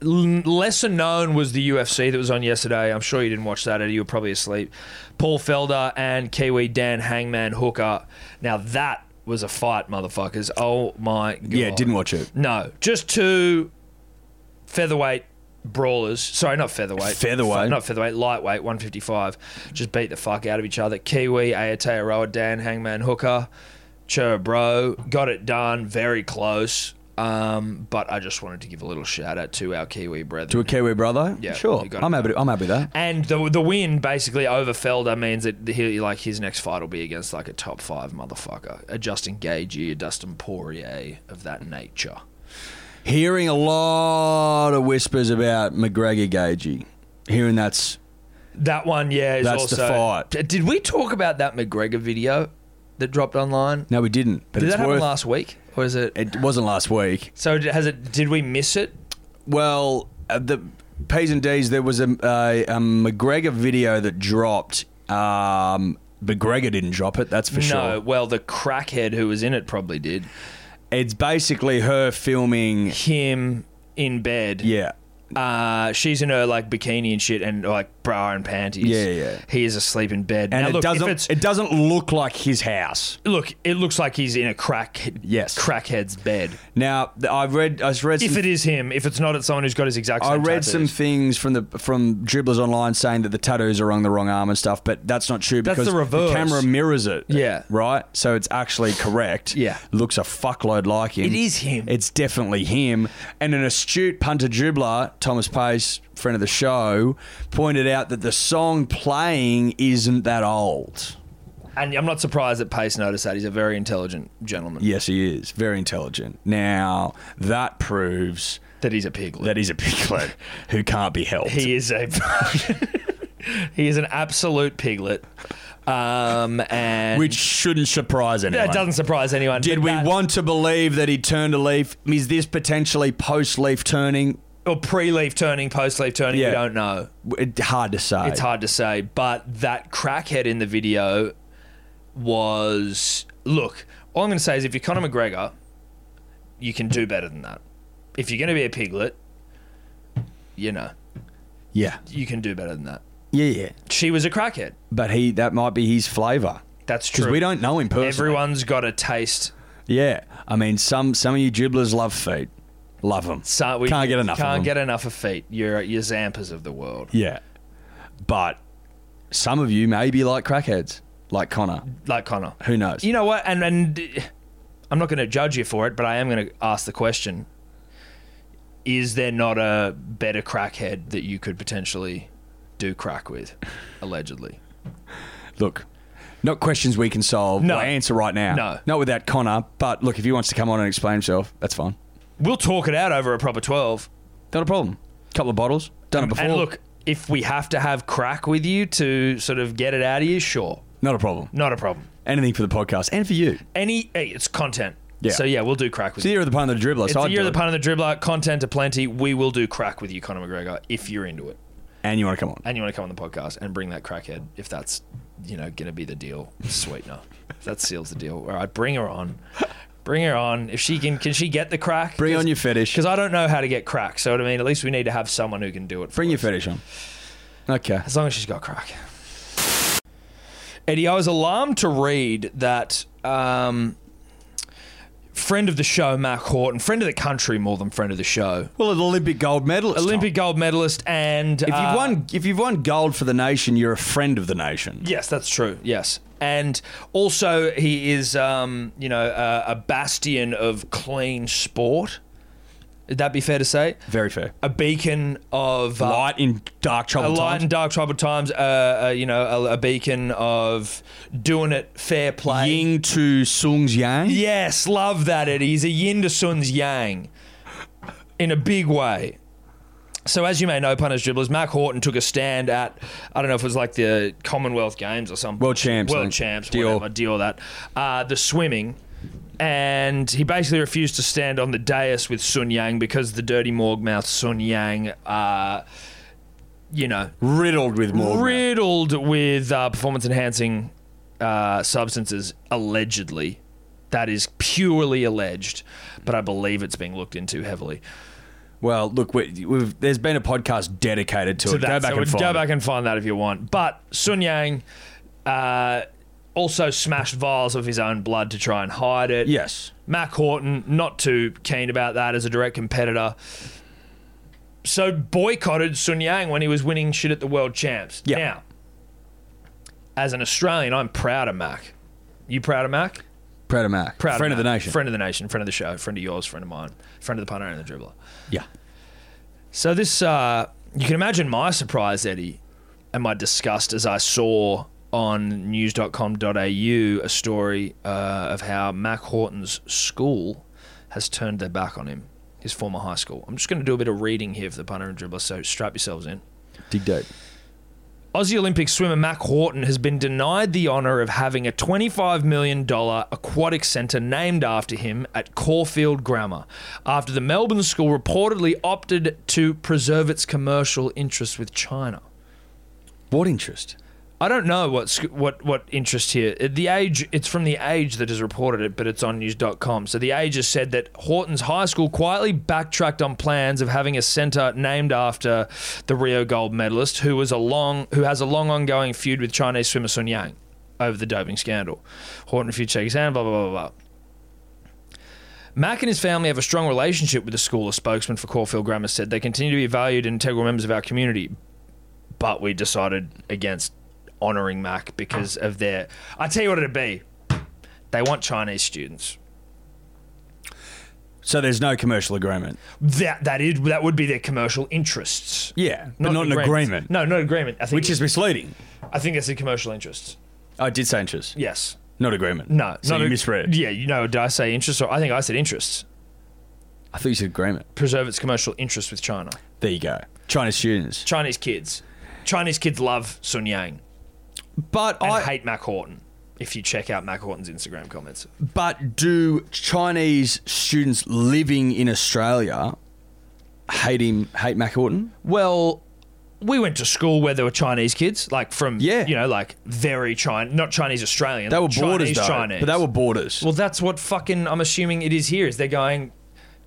B: l- lesser known was the UFC that was on yesterday. I'm sure you didn't watch that, Eddie. You were probably asleep. Paul Felder and Kiwi Dan Hangman Hooker. Now that was a fight, motherfuckers. Oh my god.
C: Yeah, didn't watch it.
B: No, just two featherweight brawlers. Sorry, not featherweight.
C: Featherweight.
B: Fe- Not featherweight, lightweight, 155. Just beat the fuck out of each other. Kiwi, Aotearoa, Dan, Hangman, Hooker, Chur Bro. Got it done. Very close. Um, but I just wanted to give a little shout out to our Kiwi brethren.
C: To a Kiwi brother?
B: Yeah,
C: Sure.
B: you got it.
C: I'm happy, to, I'm happy with that.
B: and the the win basically over Felder means that he like his next fight will be against like a top five motherfucker, a Justin Gagey, a Dustin Poirier of that nature.
C: Hearing a lot of whispers about McGregor Gagey. Hearing that's.
B: That one, yeah, is
C: That's
B: also.
C: the fight.
B: D- Did we talk about that McGregor video that dropped online?
C: No, we didn't. But
B: Did
C: it's
B: that happen
C: worth.
B: last week, or is it?
C: it wasn't last week.
B: So d- has it? Did we miss it?
C: Well, uh, the P's and D's, there was a, a, a McGregor video that dropped. Um, McGregor didn't drop it, that's for sure.
B: No. Well, the crackhead who was in it probably did.
C: It's basically her filming.
B: Him in bed.
C: Yeah.
B: Uh, she's in her like bikini and shit, and like bra and panties.
C: Yeah, yeah.
B: He is asleep in bed.
C: And
B: now,
C: it
B: look, if
C: doesn't.
B: it's-
C: It doesn't look like his house.
B: look, it looks like he's in a crack.
C: Yes.
B: Crackhead's bed.
C: Now th- I've read. I've read. Some,
B: If it is him, if it's not, it's someone who's got his exact. Same
C: I read some
B: tattoos.
C: things from the from dribblers online saying that the tattoos are on the wrong arm and stuff, but that's not true
B: That's
C: because
B: the reverse.
C: camera mirrors it.
B: Yeah.
C: right. So it's actually correct.
B: Yeah.
C: looks a fuckload like him.
B: It is him.
C: It's definitely him. And an astute punter dribbler, Thomas Pace, friend of the show, pointed out that the song playing isn't that old.
B: And I'm not surprised that Pace noticed that. He's a very intelligent gentleman.
C: Yes, he is. Very intelligent. Now, that proves
B: That he's a piglet.
C: that he's a piglet who can't be helped.
B: he is a he is an absolute piglet. Um, and
C: which shouldn't surprise anyone.
B: that doesn't surprise anyone.
C: Did
B: but
C: we
B: that-
C: want to believe that he turned a leaf? Is this potentially post leaf turning?
B: or pre-leaf turning, post-leaf turning?
C: Yeah.
B: We don't know.
C: It- Hard to say.
B: It's hard to say. But that crackhead in the video was look. All I'm going to say is, if you're Conor McGregor, you can do better than that. If you're going to be a piglet, you know
C: Yeah.
B: you can do better than that.
C: Yeah, yeah.
B: She was a crackhead.
C: But he that might be his flavour.
B: That's true.
C: Because we don't know him personally.
B: Everyone's got a taste.
C: Yeah, I mean, some some of you dribblers love feet, love them.
B: So we
C: can't get enough.
B: Can't
C: of them.
B: get enough of feet. You're your Zampers of the world,
C: Yeah, but some of you may be like crackheads, like Connor.
B: like Connor.
C: Who knows?
B: You know what? And and I'm not going to judge you for it, but I am going to ask the question: Is there not a better crackhead that you could potentially do crack with, allegedly?
C: Look, not questions we can solve.
B: No.
C: or answer right now.
B: No.
C: not without Connor. But look, if he wants to come on and explain himself, that's fine.
B: We'll talk it out over a proper twelve.
C: Not a problem. Couple of bottles, done it before.
B: And look, if we have to have crack with you to sort of get it out of you, sure,
C: not a problem.
B: not a problem.
C: Anything for the podcast and for you.
B: Any, hey, it's content.
C: Yeah.
B: So yeah, we'll do crack with
C: It's the
B: you.
C: year of the pun of the dribbler.
B: It's
C: so
B: the
C: I'd
B: year
C: do
B: of the
C: it.
B: pun and the dribbler. Content aplenty. We will do crack with you, Conor McGregor, if you're into it
C: And you want to come on?
B: and you want to come on the podcast and bring that crackhead. If that's you know going to be the deal sweetener, If that seals the deal. All right, bring her on. Bring her on. If she can, can she get the crack?
C: Bring on your fetish.
B: Because I don't know how to get crack. So what I mean, at least we need to have someone who can do it. For
C: Bring your
B: us.
C: fetish on. Okay.
B: As long as she's got crack. Eddie, I was alarmed to read that um, friend of the show, Mark Horton, friend of the country more than friend of the show,
C: Well, an Olympic gold medalist. Tom.
B: Olympic gold medalist, and
C: If
B: uh,
C: you've won, if you've won gold for the nation, you're a friend of the nation.
B: Yes, that's true. Yes, and also he is, um, you know, uh, a bastion of clean sport. Would that be fair to say?
C: Very fair.
B: A beacon of uh,
C: light in dark
B: a
C: trouble
B: light
C: times.
B: in dark troubled times. Uh, uh, you know, a, a beacon of doing it fair play.
C: Ying to Sung's Yang.
B: Yes, love that, Eddie. He's a yin to sun's yang. in a big way. So, as you may know, punters, dribblers, Mac Horton took a stand at, I don't know if it was like the Commonwealth Games or something.
C: World champs, I
B: World
C: think.
B: champs,
C: Deal.
B: whatever, deal that. Uh, the swimming. And he basically refused to stand on the dais with Sun Yang because the dirty morgue mouth Sun Yang, uh, you know,
C: riddled with more.
B: riddled with uh, performance enhancing uh, substances, allegedly. That is purely alleged, but I believe it's being looked into heavily.
C: well, look, we, we've, there's been a podcast dedicated to,
B: to
C: it.
B: that.
C: Go back
B: so
C: and find
B: go
C: it.
B: back and find that if you want. But Sun Yang uh, also smashed vials of his own blood to try and hide it.
C: Yes.
B: Mac Horton, not too keen about that as a direct competitor. So boycotted Sun Yang when he was winning shit at the World Champs.
C: Yeah.
B: Now, as an Australian, I'm proud of Mac. You proud of Mac?
C: Proud of Mac.
B: Proud
C: Friend
B: of,
C: of, the
B: Mac.
C: nation.
B: Friend of the nation. Friend of the show. Friend of yours. Friend of mine. Friend of the punter and the dribbler.
C: Yeah.
B: So this, uh, you can imagine my surprise, Eddie, and my disgust as I saw on news.com.au a story uh, of how Mac Horton's school has turned their back on him, his former high school. I'm just going to do a bit of reading here for the punter and dribbler, so strap yourselves in.
C: Dig deep.
B: Aussie Olympic swimmer Mac Horton has been denied the honour of having a $25 million aquatic centre named after him at Caulfield Grammar after the Melbourne school reportedly opted to preserve its commercial interests with China.
C: What interest?
B: I don't know what sc- what what interest here. Uh, The age it's from the age that has reported it, but it's on news.com. So the age has said that Horton's high school quietly backtracked on plans of having a center named after the Rio gold medalist who was a long who has a long ongoing feud with Chinese swimmer Sun Yang over the doping scandal. Horton refused to shake his hand, blah blah blah blah. blah. Mac and his family have a strong relationship with the school, a spokesman for Caulfield Grammar said. They continue to be valued and integral members of our community, but we decided against honouring Mac because of their. I tell you what it'd be. They want Chinese students.
C: So there's no commercial agreement.
B: That that is that would be their commercial interests.
C: Yeah, but not an
B: agreements.
C: agreement.
B: No, not agreement. I think
C: Which is misleading.
B: I think that's the commercial interests.
C: I did say interest,
B: Yes.
C: not agreement.
B: No.
C: so
B: not
C: you
B: a-
C: misread.
B: Yeah. You know. Did I say interests? Or I think I said interests.
C: I thought you said agreement.
B: Preserve its commercial interests with China.
C: There you go. China students.
B: Chinese kids. Chinese kids love Sun Yang
C: But
B: and
C: I
B: hate Mac Horton. If you check out Mac Horton's Instagram comments,
C: but do Chinese students living in Australia hate him? Hate Mac Horton?
B: Well, we went to school where there were Chinese kids, like from
C: Yeah.
B: you know, like very Chinese, not Chinese Australian.
C: They were
B: like
C: borders,
B: Chinese,
C: though.
B: Chinese.
C: But they were borders.
B: well, that's what fucking I'm assuming it is here. Is they're going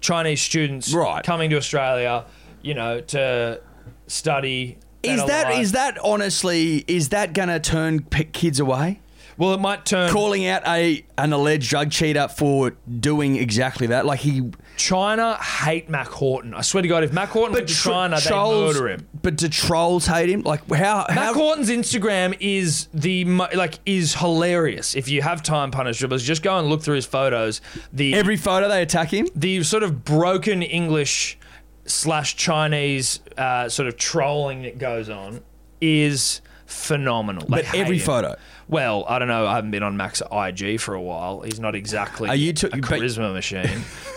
B: Chinese students
C: Right.
B: coming to Australia, you know, to study.
C: is that is that honestly is that gonna turn p- kids away?
B: well? It might turn
C: Calling out a an alleged drug cheater for doing exactly that, like he
B: China hate Mac Horton. I swear to God, if Mac Horton went to
C: tr-
B: China, they
C: trolls-
B: murder him.
C: But do trolls hate him? Like how?
B: Matt
C: how
B: Horton's Instagram is the mo- like is hilarious. If you have time, punish dribblers, just go and look through his photos. The
C: every photo they attack him.
B: the sort of broken English slash Chinese uh, sort of trolling that goes on is phenomenal. They
C: But
B: hate
C: every
B: him.
C: photo?
B: Well, I don't know. I haven't been on Mac's IG for a while. He's not exactly
C: Are you to-
B: a
C: but-
B: charisma machine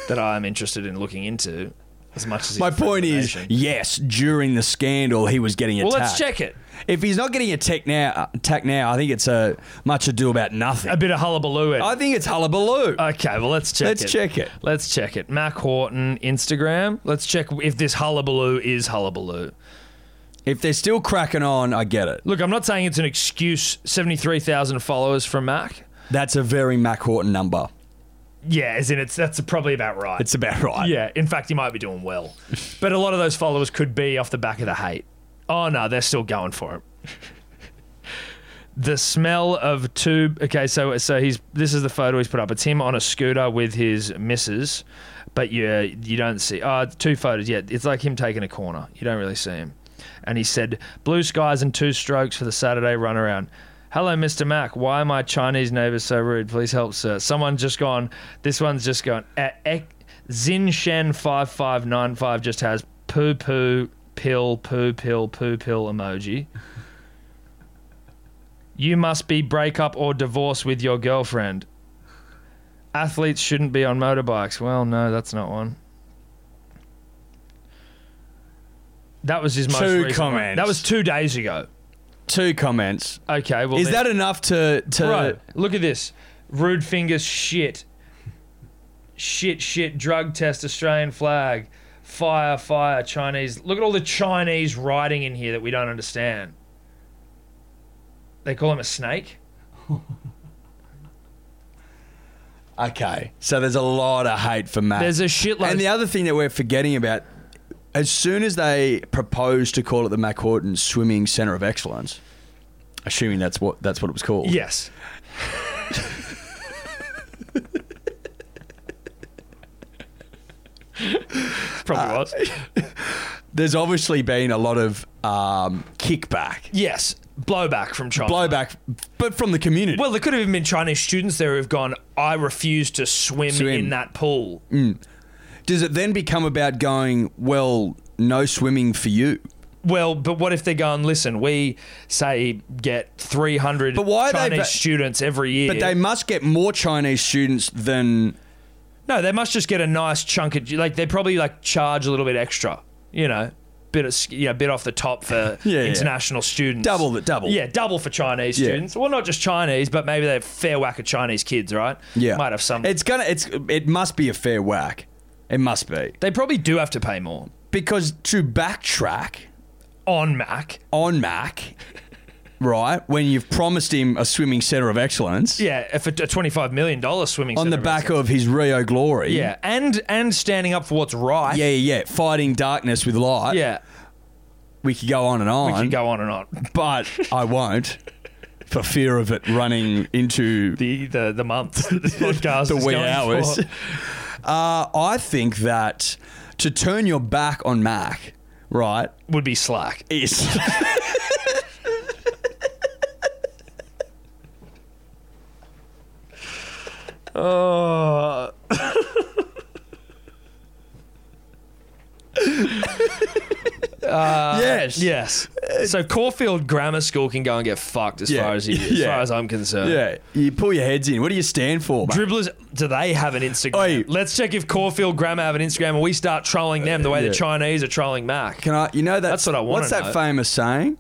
B: that I am interested in looking into as much as
C: My
B: he's a friend
C: point
B: of the
C: is,
B: nation.
C: yes, during the scandal, he was getting
B: Well,
C: attacked.
B: let's check it.
C: If he's not getting attacked now, attacked now, I think it's a much ado about nothing.
B: A bit of hullabaloo. Ed.
C: I think it's hullabaloo.
B: Okay, well let's check
C: Let's
B: it.
C: check it.
B: Let's check it. Mac Horton Instagram. Let's check if this hullabaloo is hullabaloo.
C: if they're still cracking on, I get it.
B: Look, I'm not saying it's an excuse. Seventy three thousand followers from Mac.
C: That's a very Mac Horton number.
B: Yeah, as in it's that's probably about right.
C: It's about right.
B: yeah, in fact, he might be doing well, but a lot of those followers could be off the back of the hate. Oh no, they're still going for him. the smell of two. Okay, so so he's this is the photo he's put up. It's him on a scooter with his missus, but you you don't see. Uh, two photos. Yeah, it's like him taking a corner. You don't really see him. And he said, "Blue skies and two strokes for the Saturday runaround." Hello, Mr. Mac. Why are my Chinese neighbors so rude? Please help, sir. Someone's just gone. This one's just gone. "Eh, eh, Zinshen five five nine five just has poo poo pill poo pill poo pill emoji. You must be break up or divorce with your girlfriend. Athletes shouldn't be on motorbikes. Well, no, that's not one. That was his most
C: Two
B: recent one.
C: comments.
B: That was two days ago.
C: Two comments.
B: Okay, well
C: Is
B: then-
C: that enough to to?
B: Bro, look at this. Rude fingers shit. Shit, shit, drug test, Australian flag. Fire, fire, Chinese. Look at all the Chinese writing in here that we don't understand. They call him a snake.
C: Okay, so there's a lot of hate for Matt.
B: There's a shitload.
C: and the other thing that we're forgetting about, as soon as they proposed to call it the Mac Horton Swimming Centre of Excellence, assuming that's what that's what it was called.
B: yes. Probably was.
C: There's obviously been a lot of um, kickback,
B: Yes. Blowback from China.
C: blowback, but from the community.
B: Well, there could have even been Chinese students there who've gone, I refuse to swim,
C: Swim.
B: in that pool.
C: Does it then become about going? Well, no swimming for you.
B: Well, but what if they're going, listen, we say get 300
C: But why are they
B: Chinese
C: ba-
B: students every year.
C: But they must get more Chinese students than
B: no, they must just get a nice chunk of, like, they probably, like, charge a little bit extra, you know, bit of, you know, bit off the top for
C: Yeah, yeah.
B: international students.
C: double the double.
B: Yeah, double for Chinese
C: Yeah.
B: students. Well, not just Chinese, but maybe they have fair whack of Chinese kids, right?
C: yeah.
B: Might have some.
C: It's gonna. It's. It must be a fair whack. It must be.
B: they probably do have to pay more
C: because to backtrack
B: on Mac.
C: on Mac, right, when you've promised him a swimming centre of excellence
B: Yeah, if a, a $25 million swimming
C: on the
B: centre of
C: back of his Rio glory,
B: Yeah, and and standing up for what's right.
C: yeah, yeah, yeah, fighting darkness with light.
B: yeah.
C: we could go on and on,
B: We could go on and on.
C: but I won't. For fear of it running into
B: The the the month that this podcast
C: the
B: is
C: wee
B: going
C: hours.
B: for.
C: Uh, I think that to turn your back on Mac, right,
B: would be slack.
C: is.
B: Oh. Uh,
C: yes.
B: Yes. So Caulfield Grammar School can go and get fucked as
C: uh, Yeah.
B: far as he, as
C: Yeah.
B: far as I'm concerned.
C: Yeah. You pull your heads in. What do you stand for, mate?
B: Dribblers, do they have an Instagram?
C: Oi.
B: Let's check if Caulfield Grammar have an Instagram and we start trolling them the way
C: yeah.
B: the Chinese are trolling Mac.
C: Can I? You know that,
B: That's what I wanna
C: What's that
B: know.
C: famous saying?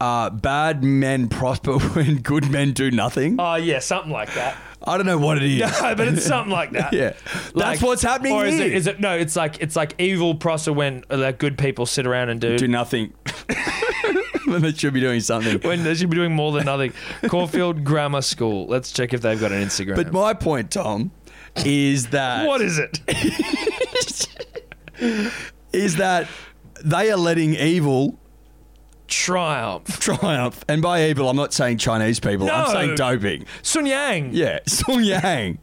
C: Uh, bad men prosper when good men do nothing.
B: Oh, yeah, something like that.
C: I don't know what it is.
B: No, but it's something like that.
C: yeah,
B: Like-
C: that's what's happening
B: Or is
C: here.
B: it, is it no? It's like it's like evil prosper when uh, like good people sit around and do.
C: do nothing when they should be doing something.
B: when they should be doing more than nothing. Caulfield Grammar School. Let's check if they've got an Instagram.
C: But my point, Tom, is that
B: what is it?
C: is that they are letting evil
B: Triumph.
C: triumph, and by evil, I'm not saying Chinese people. I'm
B: No.
C: saying doping.
B: Sun Yang
C: Yeah, Song Yang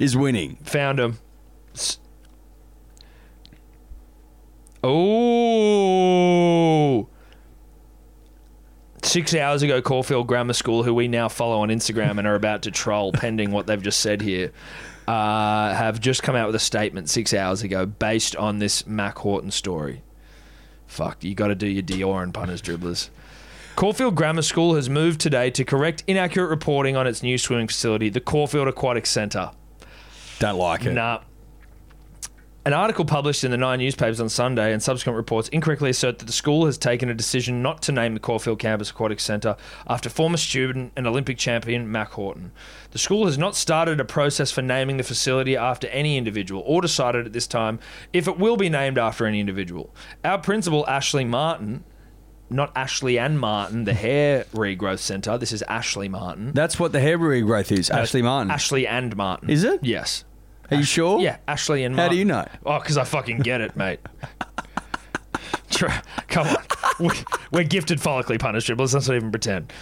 C: is winning.
B: found him. S- Oh. Six hours ago, Caulfield Grammar School, who we now follow on Instagram and are about to troll pending what they've just said here, uh, have just come out with a statement six hours ago based on this Mac Horton story. Fuck, you got to do your Dior and punters dribblers. Caulfield Grammar School has moved today to correct inaccurate reporting on its new swimming facility, the Caulfield Aquatic Centre.
C: Don't like it.
B: Nah. An article published in the Nine newspapers on Sunday and subsequent reports incorrectly assert that the school has taken a decision not to name the Caulfield Campus Aquatic Centre after former student and Olympic champion Mac Horton. The school has not started a process for naming the facility after any individual or decided at this time if it will be named after any individual. Our principal, Ashley Martin, not Ashley and Martin, the hair regrowth centre, this is Ashley Martin.
C: That's what the hair growth is. Ashley Martin.
B: Ashley and Martin.
C: Is it?
B: Yes.
C: Are you sure?
B: Yeah, Ashley and
C: Oh. How do
B: Martin.
C: you know?
B: Oh, because I fucking get it, mate. Try- Come on. We- We're gifted follically punished dribblers. Let's not even pretend.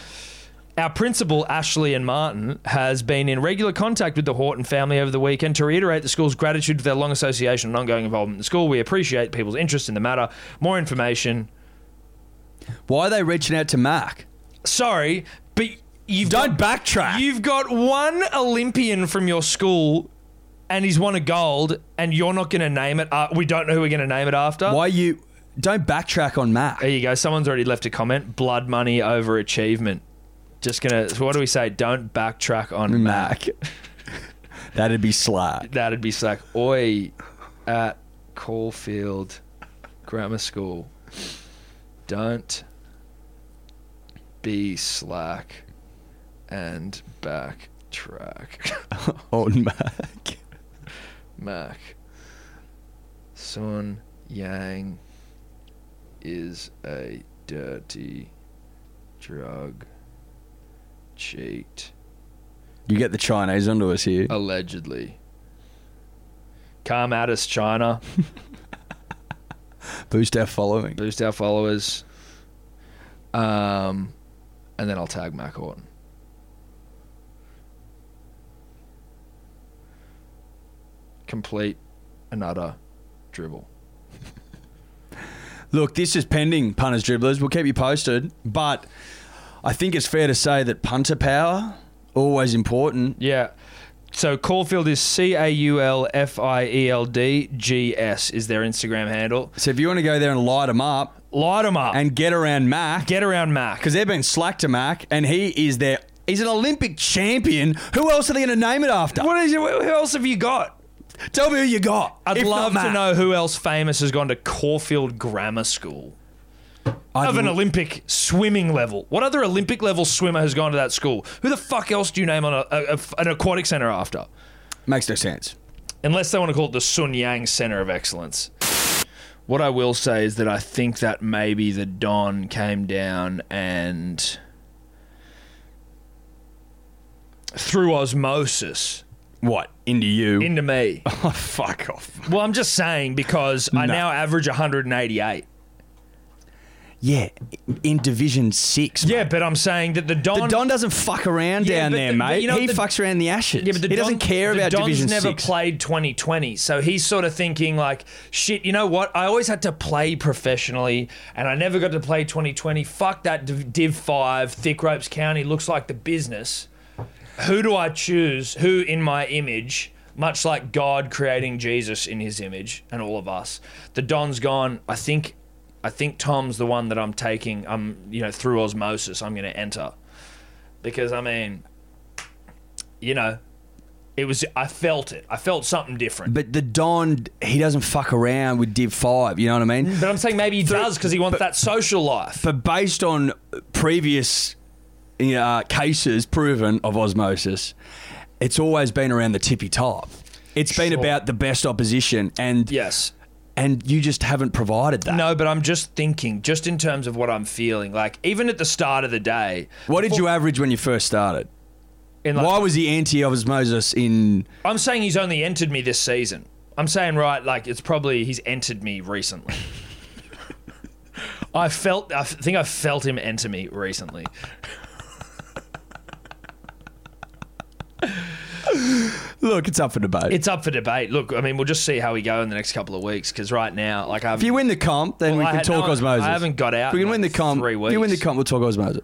B: Our principal, Ashley and Martin, has been in regular contact with the Horton family over the weekend to reiterate the school's gratitude for their long association and ongoing involvement in the school. We appreciate people's interest in the matter. More information.
C: Why are they reaching out to Mark?
B: Sorry, but you've
C: Don't
B: got,
C: backtrack.
B: you've got one Olympian from your school, and he's won a gold, and you're not going to name it. Uh, we don't know who we're going to name it after.
C: Why you? Don't backtrack on Mac.
B: There you go. Someone's already left a comment. Blood money over achievement. Just gonna. So what do we say? Don't backtrack on Mac.
C: Mac. That'd be slack.
B: That'd be slack. Oi, at Caulfield Grammar School. Don't be slack and backtrack.
C: on Mac.
B: Mac. Sun Yang is a dirty drug cheat.
C: You get the Chinese onto us here.
B: Allegedly. Come at us, China.
C: Boost our following.
B: Boost our followers. Um, and then I'll tag Mac Horton. Complete and utter dribble.
C: Look, this is pending, punters, dribblers. We'll keep you posted. But I think it's fair to say that punter power, always important.
B: Yeah. So Caulfield is C A U L F I E L D G S is their Instagram handle.
C: So if you want to go there and light them up
B: Light them up and
C: and get around Mac,
B: get around Mac.
C: because they've been slack to Mac, and he is their He's an Olympic champion. Who else are they going to name it after?
B: What is? Who else have you got?
C: Tell me who you got.
B: I'd
C: if not
B: love to
C: Mac.
B: know who else famous has gone to Caulfield Grammar School
C: I'd
B: of an
C: l-
B: Olympic swimming level. What other Olympic level swimmer has gone to that school? Who the fuck else do you name on a, a- a- an aquatic center after?
C: Makes no sense.
B: Unless they want to call it the Sun Yang Center of Excellence. What I will say is that I think that maybe the Don came down and through osmosis
C: What? Into you.
B: into me.
C: oh, fuck off.
B: Well, I'm just saying because I
C: No.
B: now average 188.
C: Yeah, in Division 6.
B: Yeah, but I'm saying that the Don.
C: The Don doesn't fuck around
B: Yeah,
C: down
B: but
C: there,
B: the- but
C: mate.
B: you know
C: he
B: what the-
C: fucks around the ashes.
B: Yeah, but the
C: he
B: Don-
C: doesn't care
B: the
C: about
B: Don's
C: Division
B: never
C: 6.
B: played 2020, so he's sort of thinking like, shit. You know what? I always had to play professionally, and I never got to play 2020. Fuck that Div, Div Five, Thick Ropes County looks like the business. Who do I choose? Who in my image? Much like God creating Jesus in His image and all of us, the Don's gone. I think, I think Tom's the one that I'm taking. I'm, you know, through osmosis, I'm going to enter, because I mean, you know, it was. I felt it. I felt something different. But,
C: But the Don, he doesn't fuck around with Div 5, you know what I mean?
B: I'm saying maybe he does because he wants that social life.
C: But based on previous uh, cases proven of osmosis, it's always been around the tippy top. It's been
B: Sure.
C: about the best opposition, and
B: yes.
C: and you just haven't provided that.
B: No, but I'm just thinking, just in terms of what I'm feeling. Like even at the start of the day,
C: What did you average when you first started?
B: In like,
C: Why was he anti-osmosis in?
B: I'm saying he's only entered me this season. I'm saying right, like it's probably he's entered me recently. I felt. I think I felt him enter me recently.
C: Look, it's up for debate.
B: It's up for debate. Look, I mean, we'll just see how we go in the next couple of weeks. Because right now, like I've
C: If you win the comp, then
B: Well,
C: we
B: I
C: can
B: had-
C: talk
B: no,
C: osmosis.
B: I haven't got out
C: If we
B: in
C: can win the
B: like
C: comp.
B: three
C: If you win the
B: weeks.
C: comp, we'll talk osmosis.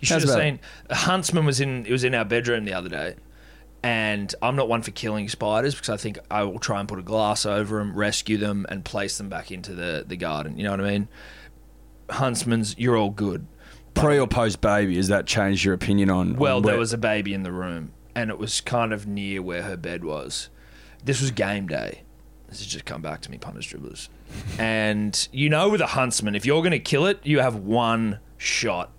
B: You should
C: How's
B: have
C: about it?
B: seen Huntsman was in it was in our bedroom the other day, and I'm not one for killing spiders because I think I will try and put a glass over them, rescue them, and place them back into the the garden. You know what I mean? Huntsman's, you're all good.
C: Pre or post baby? Has that changed your opinion on?
B: Well,
C: on
B: there
C: where-
B: was a baby in the room, and it was kind of near where her bed was. This was game day. This has just come back to me, punters, dribblers. And you know, with a huntsman, if you're going to kill it, you have one shot.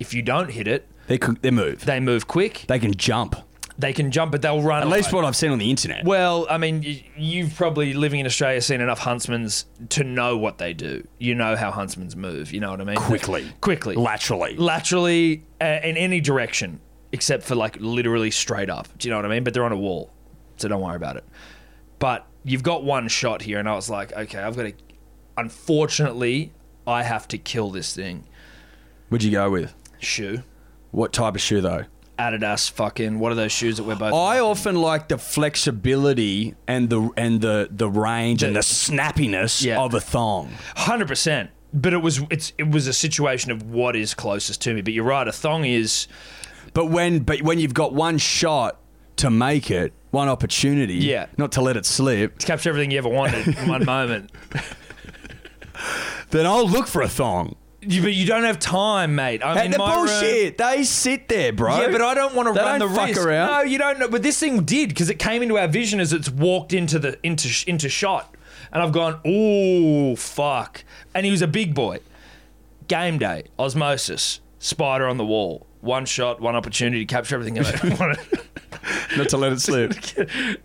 B: If you don't hit it,
C: They could, they move.
B: they move quick.
C: They can jump.
B: They can jump, but they'll run.
C: At least
B: away.
C: what I've seen on the internet.
B: Well, I mean, y- you've probably living in Australia seen enough huntsmans to know what they do. You know how huntsmans move. You know what I mean?
C: Quickly.
B: quickly,
C: Laterally.
B: laterally, uh, in any direction except for like literally straight up. Do you know what I mean? But they're on a wall, so don't worry about it. But you've got one shot here, and I was like, okay, I've got to. Unfortunately, I have to kill this thing.
C: What'd you go with?
B: Shoe,
C: What type of shoe though?
B: Adidas, fucking. What are those shoes that we're both?
C: I often like the flexibility and the and the the range and
B: The-
C: the snappiness
B: Yeah.
C: of a thong.
B: Hundred percent. But it was it's it was a situation of what is closest to me. But you're right, a thong is
C: But when but when you've got one shot to make it, one opportunity,
B: Yeah.
C: not to let it slip,
B: to capture everything you ever wanted in one moment.
C: then I'll look for a thong.
B: You, but you don't have time, mate. I
C: Hey,
B: mean,
C: they're
B: my room-
C: bullshit. They sit there, bro.
B: yeah, but I don't want to
C: They
B: run
C: don't
B: the
C: fuck
B: risk.
C: around.
B: No, you don't know. But this thing did because it came into our vision as it's walked into the into sh- into shot, and I've gone, ooh, fuck. And he was a big boy. game day, osmosis, spider on the wall, one shot, one opportunity, capture everything. I don't want it.
C: Not to let it slip.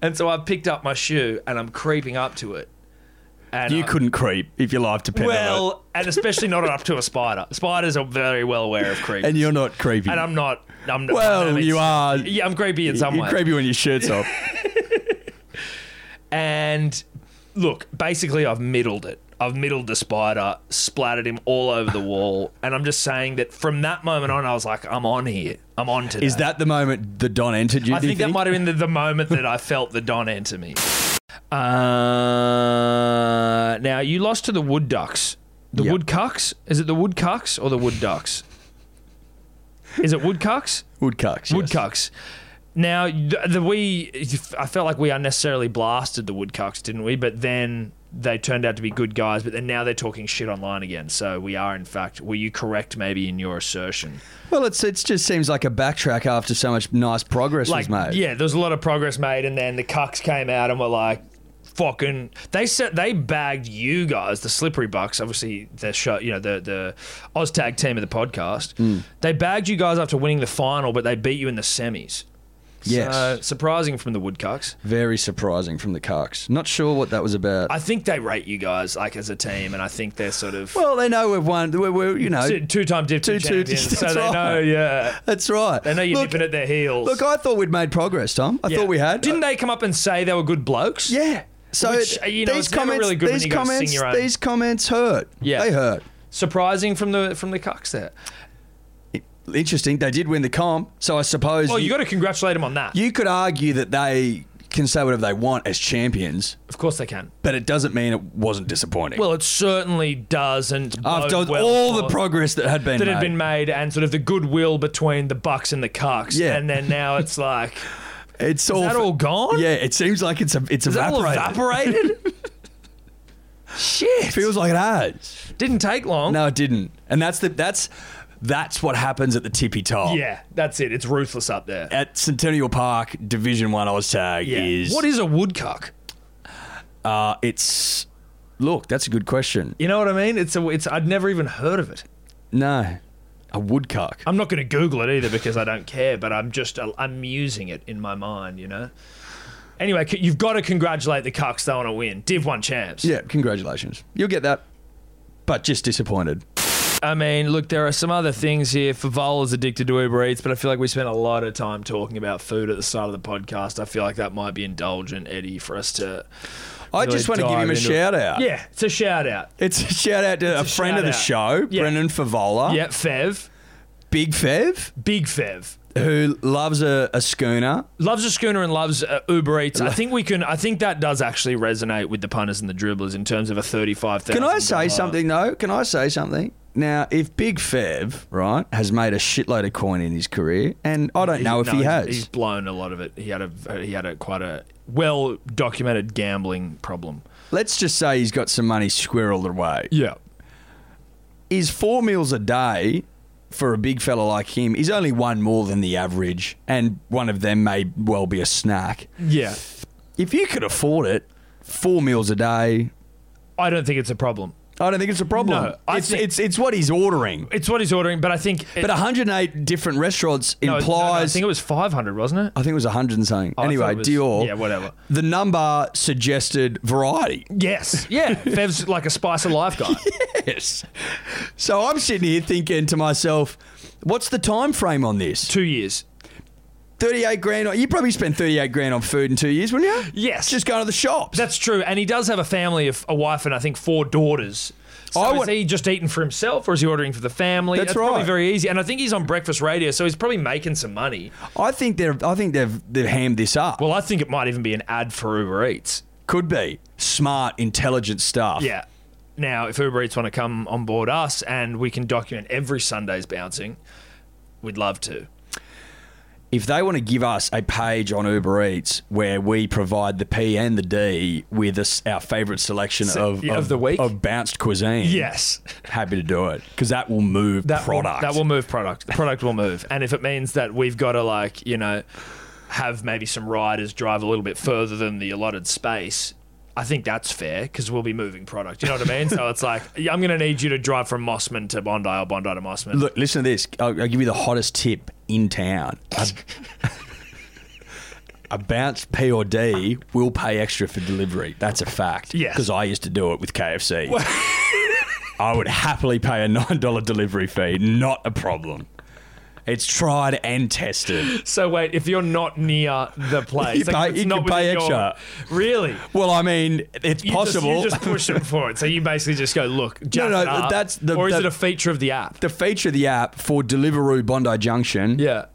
B: and so I picked up my shoe and I'm creeping up to it. And
C: You
B: I-
C: couldn't creep if your life depended on
B: Well, and especially not up to a spider. Spiders are very well aware of creep.
C: it. And you're not creepy.
B: And I'm not. I'm not
C: Well,
B: I mean,
C: you are.
B: Yeah, I'm creepy in some
C: you're
B: way.
C: creepy when your shirt's off.
B: And look, basically, I've middled it. I've middled the spider, splattered him all over the wall, and I'm just saying that from that moment on, I was like, I'm on here. I'm on today.
C: Is that the moment the Don entered you?
B: I
C: do you
B: think that might have been the, the moment that I felt the Don enter me. Uh, now you lost to the Wood Ducks. The
C: Yep.
B: Wood Cucks? Is it the Wood Cucks or the Wood Ducks? Is it Wood Cucks?
C: Woodcocks. yes.
B: Woodcocks. Now the, the we, I felt like we unnecessarily blasted the Woodcocks, didn't we? But then they turned out to be good guys. But then now they're talking shit online again. So we are, in fact, were you correct maybe in your assertion?
C: Well, it's it just seems like a backtrack after so much nice progress was made.
B: Yeah, there was a lot of progress made, and then the cucks came out and were like, "Fucking!" They said they bagged you guys, the Slippery Bucks, obviously the show, you know, the the Oztag team of the podcast.
C: Hmm.
B: They bagged you guys after winning the final, but they beat you in the semis.
C: Yes.
B: So, surprising from the Woodcucks.
C: Very surprising from the Cox. Not sure what that was about.
B: I think they rate you guys like as a team, and I think they're sort of
C: well, they know we've won. We're, we're you know.
B: two-time dip
C: Two- two-
B: champions, so
C: that's
B: they
C: right.
B: know, yeah,
C: That's right.
B: they know you're
C: look,
B: nipping at their heels.
C: look, I thought we'd made progress, Tom. I thought we had. Uh,
B: Didn't they come up and say they were good blokes?
C: yeah. So
B: Which, uh,
C: it-
B: you know,
C: these
B: it's never
C: comments,
B: really good when
C: these
B: you gotta sing
C: comments,
B: your own.
C: these comments hurt.
B: Yeah.
C: they hurt.
B: surprising from the from the cucks there.
C: Interesting. They did win the comp, so I suppose
B: Well, Oh, you,
C: you,
B: got to congratulate them on that.
C: you could argue that they can say whatever they want as champions,
B: of course they can.
C: but it doesn't mean it wasn't disappointing.
B: Well, it certainly doesn't. bode
C: after
B: well
C: all the
B: for-
C: progress that had been
B: that
C: made.
B: had been made and sort of the goodwill between the Bucks and the Cucks,
C: Yeah.
B: and then now it's like
C: it's all,
B: is that all gone?
C: Yeah, it seems like it's a, it's
B: is that all
C: evaporated.
B: evaporated? Shit,
C: Feels like it has.
B: didn't take long.
C: No, it didn't. And that's the that's that's what happens at the tippy top.
B: Yeah, that's it. It's ruthless up there.
C: At Centennial Park, Division One Oztag
B: Yeah.
C: is
B: what is a woodcock?
C: uh, it's look. That's a good question.
B: You know what I mean? It's a. It's. I'd never even heard of it.
C: No, a woodcock.
B: I'm not going to Google it either because I don't care, but I'm just I'm using it in my mind, you know. Anyway, c- you've got to congratulate the Cucks though on a win, Div One champs.
C: Yeah, congratulations. You'll get that, but just disappointed.
B: I mean, look, there are some other things here. Favola's addicted to Uber Eats, but I feel like we spent a lot of time talking about food at the start of the podcast. I feel like that might be indulgent, Eddie, for us to.
C: I
B: really
C: just want to give
B: dive
C: him a
B: into it.
C: shout out.
B: Yeah, it's a shout out.
C: It's a shout out to a,
B: a
C: friend of the
B: shout
C: show,
B: out. Yeah.
C: Brendan Favola,
B: Yeah, Fev,
C: Big Fev,
B: big Fev.
C: who loves a, a schooner.
B: loves a schooner and loves uh, Uber Eats. I think we can. I think that does actually resonate with the punters and the dribblers in terms of a thirty-five thousand.
C: Can I say something though? Can I say something? Now, if Big Fev, right, has made a shitload of coin in his career, and I don't know if he has.
B: He's blown a lot of it. He had a he had a quite a well documented gambling problem.
C: Let's just say he's got some money squirreled away.
B: Yeah.
C: Is four meals a day for a big fella like him is only one more than the average, and one of them may well be a snack.
B: Yeah.
C: If you could afford it, four meals a day,
B: I don't think it's a problem.
C: I don't think it's a problem.
B: No, I
C: it's,
B: think-
C: it's it's what he's ordering.
B: It's what he's ordering, but I think. It,
C: But 108 different restaurants
B: no, no, no, I
C: implies
B: think it was five hundred, wasn't it?
C: I think it was 100 and something.
B: Oh, I thought
C: anyway,
B: it was-
C: Dior.
B: Yeah, whatever.
C: The number suggested variety.
B: Yes. Yeah. Fev's like a spice of life guy.
C: Yes. So I'm sitting here thinking to myself, what's the time frame on this?
B: Two years.
C: 38 grand. on- You probably spent 38 grand on food in two years, wouldn't you?
B: Yes.
C: Just going to the shops.
B: That's true, and he does have a family of a wife and I think four daughters. So
C: I
B: is
C: would-
B: he just eating for himself, or is he ordering for the family?
C: That's
B: Probably
C: right.
B: very easy, and I think he's on breakfast radio, so he's probably making some money.
C: I think they're. I think they've they've hammed this up.
B: Well, I think it might even be an ad for Uber Eats.
C: Could be smart, intelligent stuff.
B: Yeah. Now, if Uber Eats want to come on board us and we can document every Sunday's bouncing, we'd love to.
C: if they want to give us a page on Uber Eats where we provide the P and the D with us, our favourite selection
B: So-
C: of,
B: yeah, of the week?
C: of bounced cuisine,
B: Yes.
C: happy to do it because that will move
B: That will-
C: product.
B: that will move product. The product will move, and if it means that we've got to like you know have maybe some riders drive a little bit further than the allotted space I think that's fair because we'll be moving product. You know what I mean? so it's like, yeah, I'm going to need you to drive from Mossman to Bondi or Bondi to Mossman.
C: Look, listen to this. I'll, I'll give you the hottest tip in town. A, a bounced P or D will pay extra for delivery. That's a fact.
B: Yes.
C: Because I used to do it with KFC. I would happily pay a $9 delivery fee. Not a problem. It's tried and tested.
B: So wait, if you're not near the place,
C: You
B: like,
C: pay-
B: it's
C: you
B: not
C: can pay
B: within
C: extra.
B: Your, really?
C: Well, I mean, it's
B: You
C: possible.
B: Just, you just push them forward. So you basically just go, look, jack
C: no,
B: it up.
C: that's the-
B: or is
C: the-
B: it a feature of the app?
C: the feature of the app for Deliveroo Bondi Junction
B: yeah.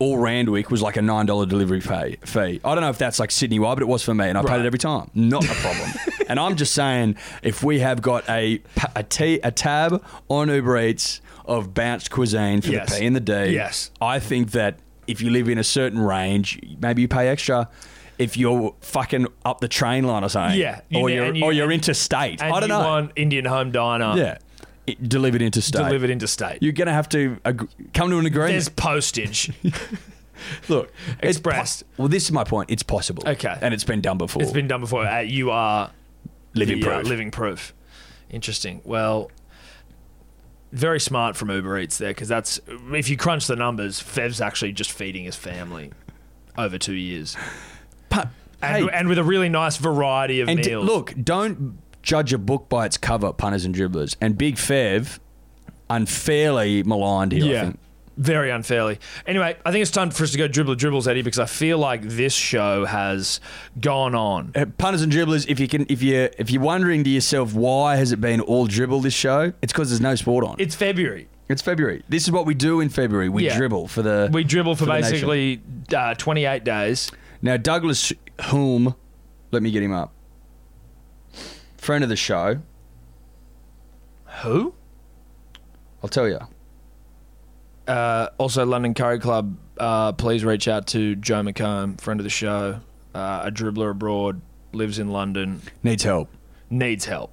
C: or Randwick was like a nine dollar delivery pay, fee. I don't know if that's like Sydney wide, but it was for me, and I
B: Right.
C: paid it every time. Not a problem. and I'm just saying, if we have got a pa- a, t- a tab on Uber Eats of bounced cuisine for
B: Yes.
C: the P and the D,
B: Yes.
C: I think that if you live in a certain range, maybe you pay extra. If you're fucking up the train line or something,
B: Yeah, you
C: or
B: ne-
C: you're
B: and you-
C: or you're interstate,
B: And
C: I don't
B: you
C: know,
B: want Indian home diner
C: yeah, it, delivered interstate.
B: delivered interstate.
C: You're gonna have to ag- come to an agreement.
B: There's postage.
C: Look, it's po-
B: Expressed.
C: well, this is my point. It's possible.
B: Okay.
C: and it's been done before.
B: it's been done before. Uh, you are
C: living
B: the, uh,
C: proof.
B: living proof. Interesting. Well, very smart from Uber Eats there because that's if you crunch the numbers, Fev's actually just feeding his family over two years.
C: Pa-
B: and,
C: hey,
B: and with a really nice variety of
C: and d-
B: meals.
C: look, don't judge a book by its cover, punters and dribblers. And Big Fev unfairly maligned here. I think.
B: very unfairly. Anyway, I think it's time for us to go dribble dribbles, Eddie, because I feel like this show has gone on.
C: Uh, Punters and dribblers, if you can, if you if you're wondering to yourself why has it been all dribble this show, it's because there's no sport on.
B: It's February.
C: it's February. This is what we do in February. We
B: Yeah.
C: dribble for the
B: We dribble for,
C: For the nation.
B: basically uh, 28 days.
C: Now, Douglas Hulme, let me get him up. Friend of the show,
B: Who?
C: I'll tell you.
B: Uh, also, London Curry Club, uh, please reach out to Joe McComb, friend of the show, uh, a dribbler abroad, lives in London,
C: Needs help.
B: needs help.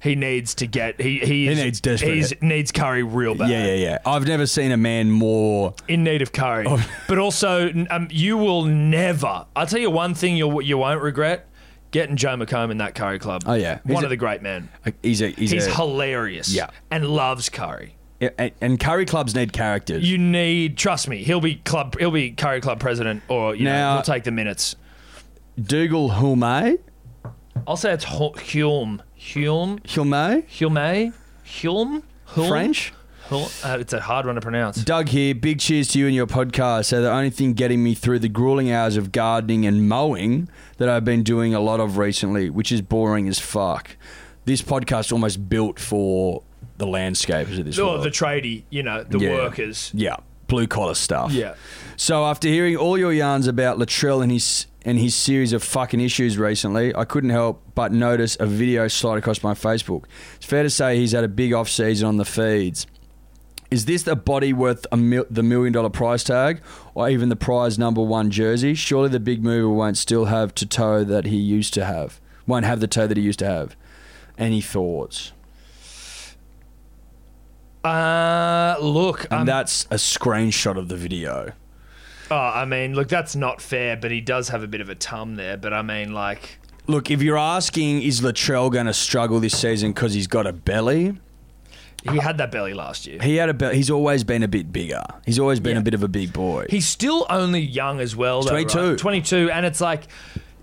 B: He needs to get. He, he, is-
C: needs desperate
B: he's- needs Curry real bad.
C: Yeah, yeah, yeah. I've never seen a man more.
B: in need of curry.
C: Oh.
B: But also, n- um, you will never. I'll tell you one thing you'll, you won't regret getting Joe McComb in that curry club.
C: Oh, yeah.
B: One
C: He's
B: of
C: a-
B: the great men.
C: He's a he's,
B: He's
C: a,
B: hilarious
C: Yeah.
B: and loves curry.
C: and, and curry clubs need characters.
B: You need, trust me, he'll be club, he'll be curry club president, or you know,
C: Now-
B: he'll take the minutes.
C: Dougal Hulme,
B: I'll say it's Hu- Hulme, Hulme,
C: Hulme,
B: Hulme, Hulme, Hulme?
C: French.
B: Hul- uh, it's a hard one to pronounce.
C: Doug here. Big cheers to you and your podcast. So the only thing getting me through the grueling hours of gardening and mowing that I've been doing a lot of recently, which is boring as fuck. This podcast almost built for the landscapers of this
B: Or
C: world.
B: Oh, the tradie, you know, the
C: Yeah.
B: workers.
C: Yeah, blue collar stuff.
B: Yeah.
C: So after hearing all your yarns about Latrell and his and his series of fucking issues recently, I couldn't help but notice a video slide across my Facebook. It's fair to say he's had a big off season on the feeds. Is this a body worth a mil- the million dollar price tag, or even the prize number one jersey? Surely the big mover won't still have to toe that he used to have. Won't have the toe that he used to have. Any thoughts?
B: Uh, look,
C: And
B: I'm
C: that's a screenshot of the video.
B: Oh, I mean, look, that's not fair, but he does have a bit of a tum there. But I mean, like,
C: Look, if you're asking, is Latrell going to struggle this season because he's got a belly?
B: he had that belly last year.
C: He had a belly. He's always been a bit bigger. He's always been
B: Yeah.
C: a bit of a big boy.
B: He's still only young as well, though.
C: 22.
B: right? 22. And it's like,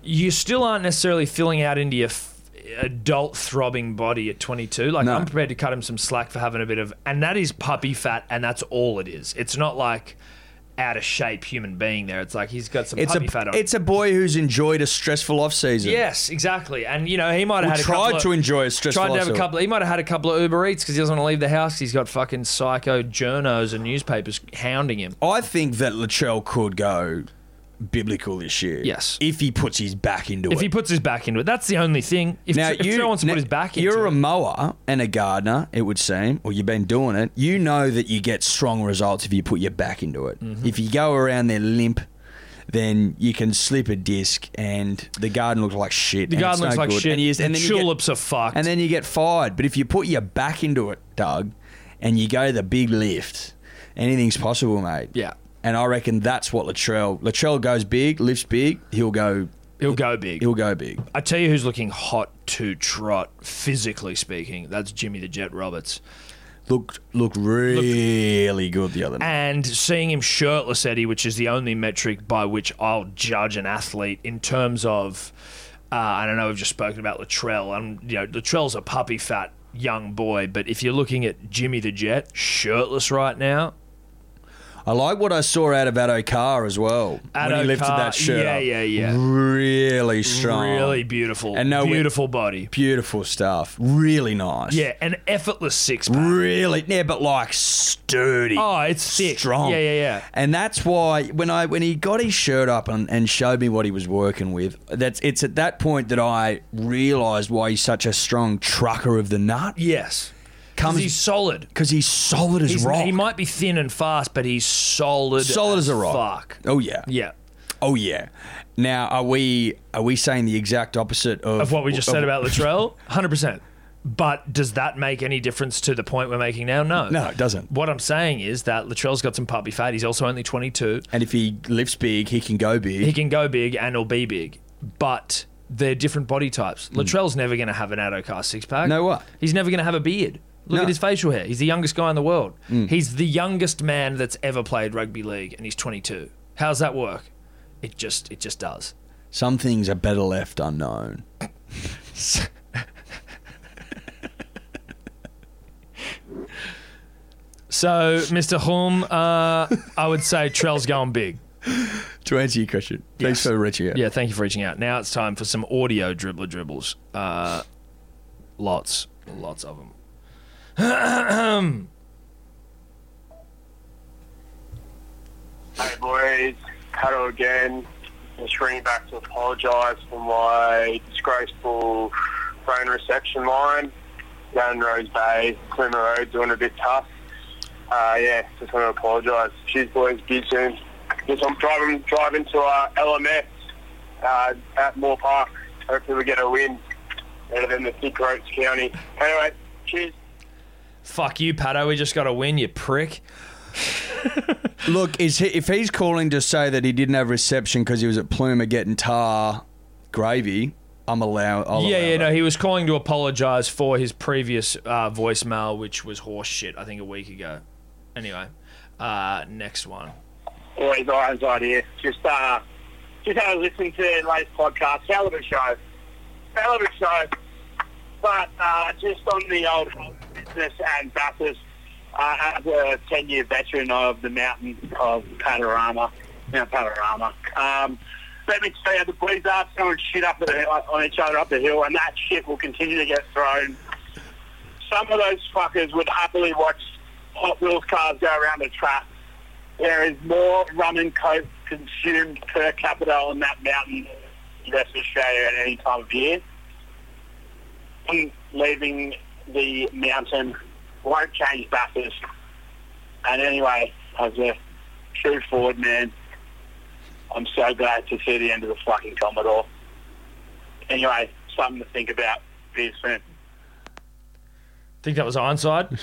B: you still aren't necessarily filling out into your f- adult throbbing body at 22. Like,
C: No.
B: I'm prepared to cut him some slack for having a bit of, and that is puppy fat, and that's all it is. It's not like out of shape human being there. It's like he's got some
C: it's a
B: puppy fat on.
C: it's a boy who's enjoyed a stressful off season.
B: Yes, exactly. And you know, he might have had a
C: tried
B: couple of-
C: to enjoy a stressful
B: Tried to have a
C: lifestyle.
B: couple. He might have had a couple of Uber Eats because he doesn't want to leave the house. He's got fucking psycho journos and newspapers hounding him.
C: I think that Latrell could go biblical this year.
B: Yes.
C: if he puts his back into
B: If
C: it.
B: he puts his back into it, that's the only thing. If,
C: now
B: if
C: you
B: Trell wants to
C: now,
B: put his back into
C: You're a
B: it,
C: mower and a gardener, it would seem, or you've been doing it. You know that you get strong results if you put your back into it.
B: Mm-hmm.
C: If you go around there limp, then you can slip a disc, and the garden looks like shit.
B: the
C: and
B: garden
C: it's
B: looks
C: no
B: like
C: good,
B: shit.
C: And, you, and
B: the
C: then you get-
B: tulips are fucked.
C: and then you get fired. But if you put your back into it, Doug, and you go to the big lift, anything's possible, mate.
B: Yeah.
C: And I reckon that's what Latrell. Latrell goes big, lifts big. He'll go.
B: He'll go big.
C: He'll go big.
B: I tell you who's looking hot to trot, physically speaking. That's Jimmy the Jet Roberts.
C: Looked looked really good the other night.
B: And seeing him shirtless, Eddie, which is the only metric by which I'll judge an athlete in terms of, uh, I don't know, we've just spoken about Latrell. And, you know, Latrell's a puppy fat young boy, but if you're looking at Jimmy the Jet shirtless right now,
C: I like what I saw out of Addo Carr as well when
B: Addo
C: he lifted
B: Carr,
C: that shirt.
B: yeah,
C: up.
B: yeah, yeah.
C: Really strong,
B: really beautiful,
C: And no-
B: beautiful body.
C: beautiful stuff. Really nice.
B: Yeah, an effortless six pack.
C: really. Yeah, but like sturdy.
B: Oh, it's thick.
C: strong.
B: Yeah, yeah, yeah.
C: And that's why when I when he got his shirt up and, and showed me what he was working with, that's it's at that point that I realised why he's such a strong trucker of the nut.
B: Yes. Because
C: Comes-
B: he's solid.
C: Because he's solid as
B: He's,
C: rock.
B: He might be thin and fast, but he's solid.
C: solid as a rock.
B: Fuck.
C: Oh yeah.
B: Yeah.
C: Oh yeah. Now are we are we saying the exact opposite of,
B: Of what we just said about Latrell, 100%. But does that make any difference to the point we're making now? No.
C: No, it doesn't.
B: What I'm saying is that Latrell's got some puppy fat. He's also only 22.
C: And if he lifts big, he can go big.
B: He can go big and he'll be big, but they're different body types. Latrell's never going to have an Adokar six pack.
C: Hmm. No way.
B: He's never going to have a beard.
C: No.
B: Look
C: Hmm.
B: at his facial hair. He's the youngest guy in the world. He's the youngest man that's ever played rugby league, and he's 22. How's that work? It just it just does.
C: Some things are better left unknown.
B: So, Mr. Hulme, uh, I would say Trell's going big.
C: To answer your question, thanks
B: Yes.
C: for reaching out.
B: Yeah, thank you for reaching out. Now it's time for some audio dribbler dribbles. Uh, lots, lots of them.
D: Hey boys, Pato again. Just ringing back to apologise for my disgraceful phone reception line down in Rose Bay, Clemmer Road, doing a bit tough. Uh, yeah, just want to apologise. Cheers boys, be soon. Just I'm driving driving to uh, LMS uh, at Moore Park. Hopefully we get a win better than the Thick Roads County. Anyway, cheers.
B: Fuck you, Pato. We just got to win, you prick.
C: Look, is he, if he's calling to say that he didn't have reception because he was at Plumer getting tar gravy, I'm allow. I'll
B: yeah,
C: allow
B: yeah,
C: that.
B: no, he was calling to apologise for his previous uh, voicemail, which was horse shit, I think a week ago. Anyway, uh, next one.
D: always eyes on here. Just uh, just had a listen to their latest podcast, hell of a show, hell of a show. But uh, just on the old business and Bathurst, uh, as a ten-year veteran of the mountain of Panorama, Mount Panorama. Um, let me tell you, the boys are throwing shit up at the, on each other up the hill, and that shit will continue to get thrown some of those fuckers would happily watch Hot Wheels cars go around the track. There is more rum and coke consumed per capita on that mountain in West Australia at any time of year. And leaving the mountain won't change Bathurst. And anyway, as a true Ford man, I'm so glad to see the end of the fucking Commodore. Anyway, something to think about. Be soon.
B: think that was Ironside.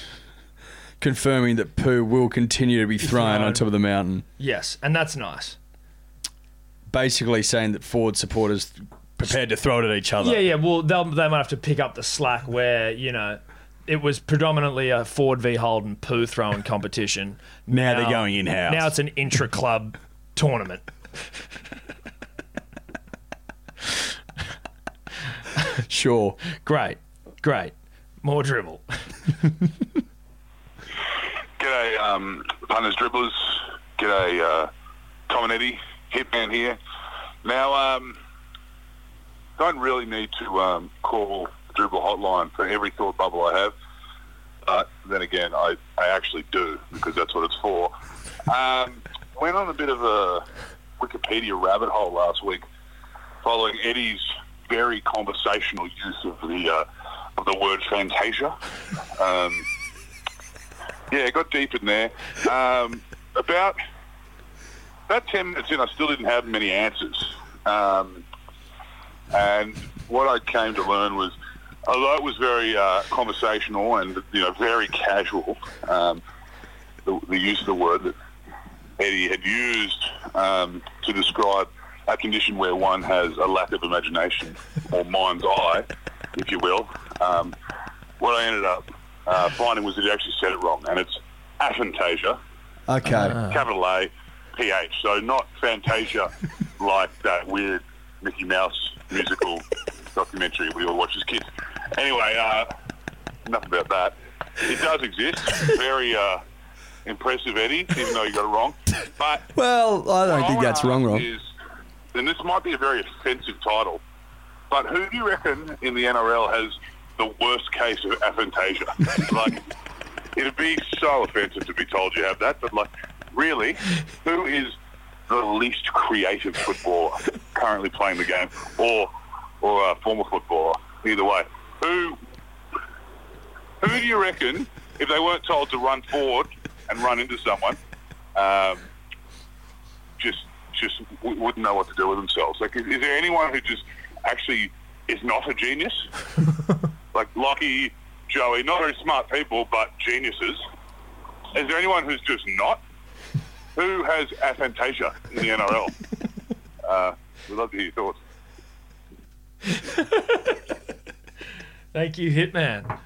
C: confirming that poo will continue to be thrown
B: Thrown.
C: on top of the mountain,
B: yes, and that's nice.
C: basically saying that Ford supporters prepared to throw it at each other.
B: Yeah, yeah. Well, they'll, they might have to pick up the slack where you know it was predominantly a Ford v Holden poo throwing competition.
C: Now they're going in-house.
B: Now it's an intra club tournament.
C: Sure.
B: Great, great. More dribble.
E: G'day, um, punters, dribblers. G'day, uh, Tom and Eddie. Hitman here. Now, um, don't really need to um, call the dribble hotline for every thought bubble I have. But then again, I, I actually do because that's what it's for. Um, went on a bit of a Wikipedia rabbit hole last week following Eddie's very conversational use of the uh, of the word fantasia. Um, yeah, it got deep in there. Um, about about ten minutes in, I still didn't have many answers, um, and what I came to learn was, although it was very uh, conversational and you know very casual, um, the, the use of the word that Eddie had used um, to describe a condition where one has a lack of imagination or mind's eye, if you will. Um, what I ended up uh, finding was that he actually said it wrong, and it's aphantasia,
C: Okay.
B: Ah.
E: capital A, PH. So not Fantasia like that weird Mickey Mouse musical documentary we all watched as kids. Anyway, uh, enough about that. It does exist. Very uh, impressive, Eddie, even though you got it wrong. But
C: well, I don't
E: what
C: think
E: wanna
C: that's wrong,
E: ask
C: Rob.
E: Is, and this might be a very offensive title, but who do you reckon in the NRL has the worst case of aphantasia? like, it'd be so offensive to be told you have that, but like, really, who is the least creative footballer currently playing the game, or or a former footballer? Either way, who who do you reckon if they weren't told to run forward and run into someone? Um, just just w- wouldn't know what to do with themselves. Like, is, is there anyone who just actually is not a genius? like Lockie, Joey, not very smart people, but geniuses. Is there anyone who's just not? Who has aphantasia in the NRL? uh, we'd love to hear your thoughts.
B: Thank you, Hitman.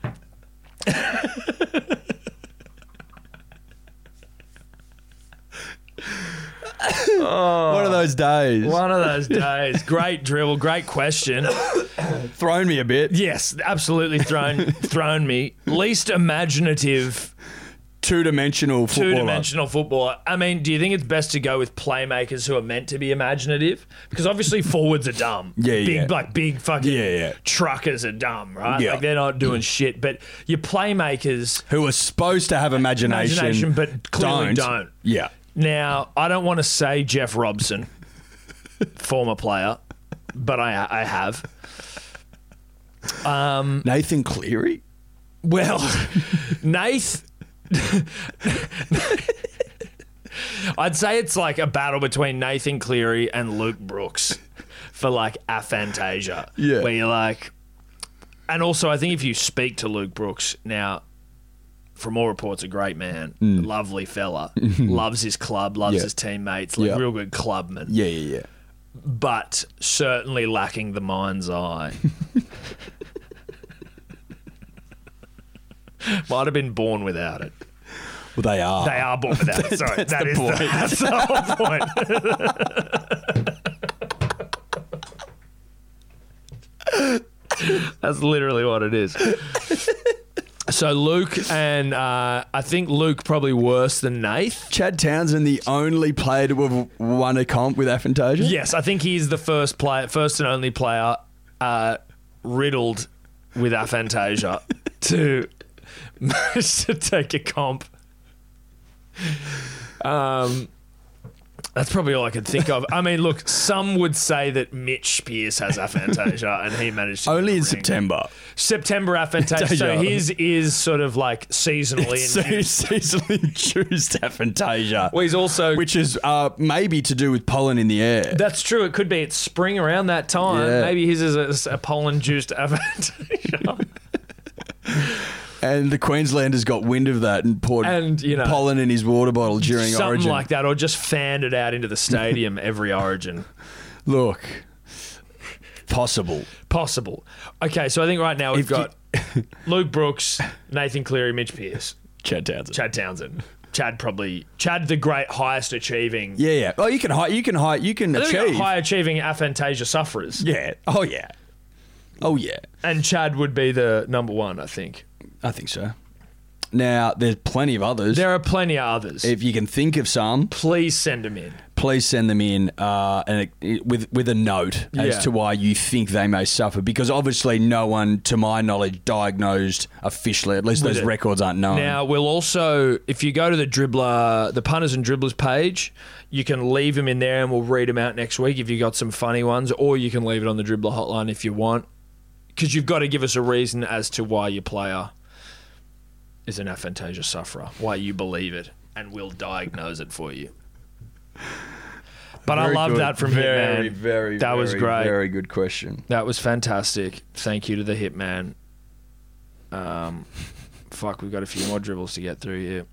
B: Oh.
C: One of those days.
B: One of those days. Great dribble. Great question.
C: Thrown me a bit.
B: Yes, absolutely thrown thrown me. Least imaginative
C: Two dimensional footballer.
B: two dimensional footballer. I mean, do you think it's best to go with playmakers who are meant to be imaginative? Because obviously forwards are dumb.
C: Yeah,
B: big,
C: yeah.
B: Like big fucking
C: Yeah, yeah.
B: truckers are dumb, right?
C: Yeah.
B: Like they're not doing shit. But your playmakers
C: Who are supposed to have imagination,
B: Imagination, but clearly don't.
C: Yeah.
B: Now, I don't want to say Jeff Robson, former player, but I I have.
C: Nathan Cleary.
B: Well, Nath. I'd say it's like a battle between Nathan Cleary and Luke Brooks for like aphantasia.
C: Yeah.
B: Where you're like, and also I think if you speak to Luke Brooks now, from all reports, a great man, lovely fella, loves his club, loves
C: Mm. Yeah.
B: his teammates, like
C: Yeah.
B: real good clubman
C: Yeah, yeah, yeah.
B: but certainly lacking the mind's eye. Might have been born without it.
C: Well, they are.
B: They are born without it. Sorry, that's the The, that's the whole point. that's literally what it is. So Luke and uh, I think Luke probably worse than Nath.
C: Chad Townsend, the only player to have won a comp with aphantasia.
B: Yes, I think he is the first player, first and only player uh, riddled with aphantasia to manage to take a comp. Um, that's probably all I could think of. I mean, look, some would say that Mitch Pierce has aphantasia, and he managed to get
C: Only
B: the
C: in
B: ring.
C: September.
B: September aphantasia. so
C: Yeah.
B: his is sort of like seasonally.
C: So
B: induced.
C: seasonally induced aphantasia,
B: well, he's also
C: which is uh, maybe to do with pollen in the air.
B: That's true. It could be it's spring around that time.
C: Yeah.
B: Maybe his is a, is a pollen-juiced aphantasia.
C: And the Queenslanders got wind of that and poured
B: And, you know,
C: pollen in his water bottle during
B: Something
C: Origin.
B: like that, or just fanned it out into the stadium every origin.
C: Look, possible.
B: Possible. Okay, so I think right now we've
C: If you-
B: got Luke Brooks, Nathan Cleary, Mitch Pearce,
C: Chad Townsend.
B: Chad Townsend. Chad probably Chad the great highest achieving
C: Yeah, yeah. Oh, you can hide. You can hide. You can
B: I think we've got
C: achieve.
B: high achieving aphantasia sufferers.
C: Yeah. Oh, yeah. Oh, yeah.
B: And Chad would be the number one, I think.
C: I think so. Now, there's plenty of others.
B: There are plenty of others.
C: if you can think of some,
B: Please send them in.
C: please send them in uh, and it, with with a note
B: Yeah.
C: as to why you think they may suffer, because obviously no one, to my knowledge, diagnosed officially. At least
B: With
C: those
B: it.
C: records aren't known.
B: Now we'll also, if you go to the dribbler, the punters and dribblers page, you can leave them in there, and we'll read them out next week if you got some funny ones, or you can leave it on the dribbler hotline if you want, because you've got to give us a reason as to why your player is an aphantasia sufferer, why you believe it, and we'll diagnose it for you. But I
C: Very
B: love
C: good.
B: that from
C: very,
B: Hitman.
C: Very,
B: that
C: very,
B: was great.
C: Very good question.
B: That was fantastic. Thank you to the hitman. Um, fuck, we've got a few more dribbles to get through here.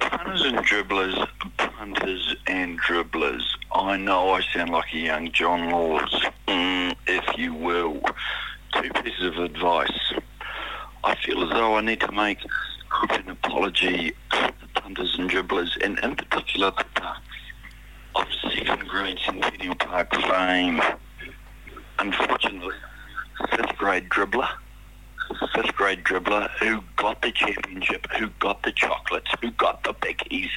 F: punters and dribblers hunters and dribblers. I know I sound like a young John Laws, mm, if you will. Two pieces of advice. I feel as though I need to make an apology to the punters and dribblers, and in particular to the of second grade Centennial Park fame. Unfortunately, fifth grade dribbler, fifth grade dribbler who got the championship, who got the chocolates, who got the biggies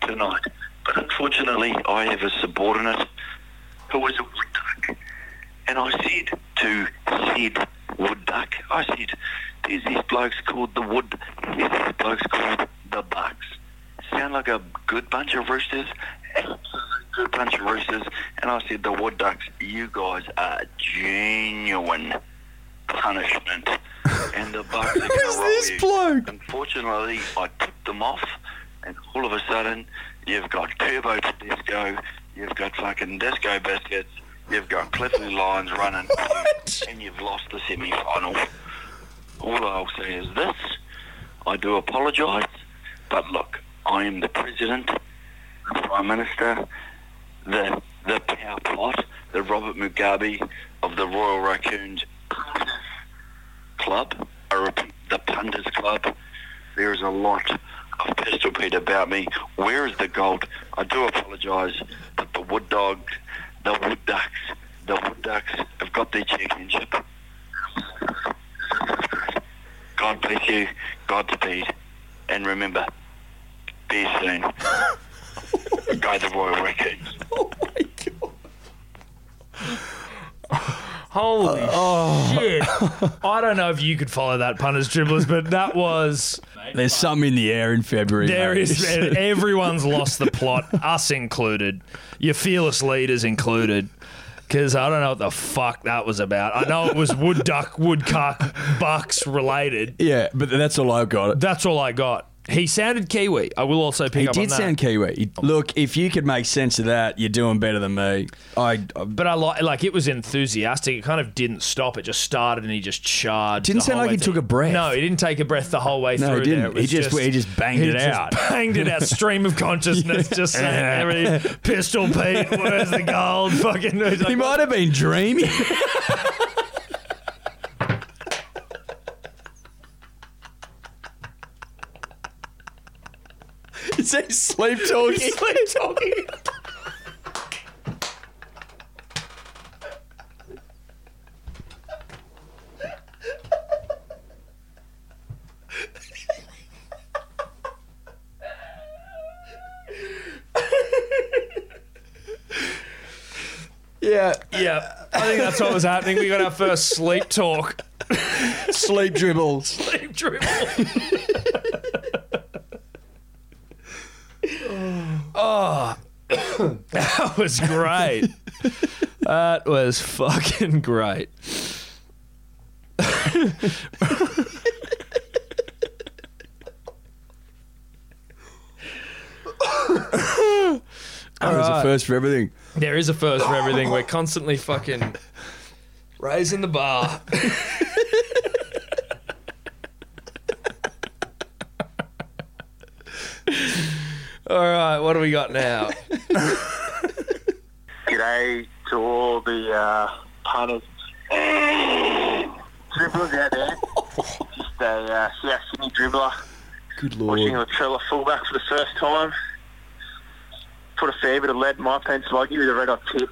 F: tonight. But unfortunately, I have a subordinate who was a wood duck. And I said to said wood duck, I said, there's these blokes called the wood, there's these blokes called the bucks. Sound like a good bunch of roosters? Absolute good bunch of roosters. And I said, the wood ducks, you guys are genuine punishment. And the bucks are going
B: Who's
F: to roll
B: this
F: you.
B: bloke?
F: Unfortunately, I tipped them off, and all of a sudden, you've got Turbo Disco, you've got fucking Disco Biscuits, you've got Clifton Lions running, and you've lost the semi final. All I'll say is this I do apologise, but look, I am the President, the Prime Minister, the, the power plot, the Robert Mugabe of the Royal Raccoons Club, I repeat, the Punters Club. There is a lot of pistol Pete about me. Where is the gold? I do apologise, but the Wood Dog, the Wood Ducks, the Wood Ducks have got their championship. God bless you, Godspeed, and remember, be soon. Go the Royal Records.
B: Holy shit. I don't know if you could follow that punters dribblers, but that was
C: There's something in the air in February.
B: there
C: mate.
B: is everyone's lost the plot, us included. Your fearless leaders included. Cause I don't know what the fuck that was about. I know it was wood duck, woodcock, bucks related.
C: Yeah, but that's all I've got.
B: That's all I got. He sounded Kiwi. I will also pick
C: He
B: up on
C: did
B: that.
C: sound Kiwi. He- Look, if you could make sense of that, you're doing better than me. I, I
B: but I like like it was enthusiastic. It kind of didn't stop. It just started and he just charged.
C: Didn't
B: the
C: sound
B: whole
C: like
B: way
C: he
B: through.
C: took a breath.
B: No, he didn't take a breath the whole way
C: No, he
B: through. there.
C: didn't.
B: It was
C: He just- he just banged
B: he
C: it
B: just
C: out.
B: Banged it out. Stream of consciousness. Just saying every pistol Pete. Where's the gold? Fucking. he's
C: he
B: Like,
C: might have been dreaming. Is he sleep talking? yeah,
B: yeah, I think that's what was happening. We got our first sleep talk.
C: sleep dribbles.
B: Sleep dribble. That was great. that was fucking great.
C: That was the first for everything.
B: There is a first for everything. We're constantly fucking raising the bar. All right, what do we got now?
G: G'day to all the uh, punters, dribblers out there. Just a uh, South Sydney dribbler
C: Good
G: watching
C: lord.
G: Latrella fullback for the first time. Put a fair bit of lead in my pencil. I'll give you the red hot tip.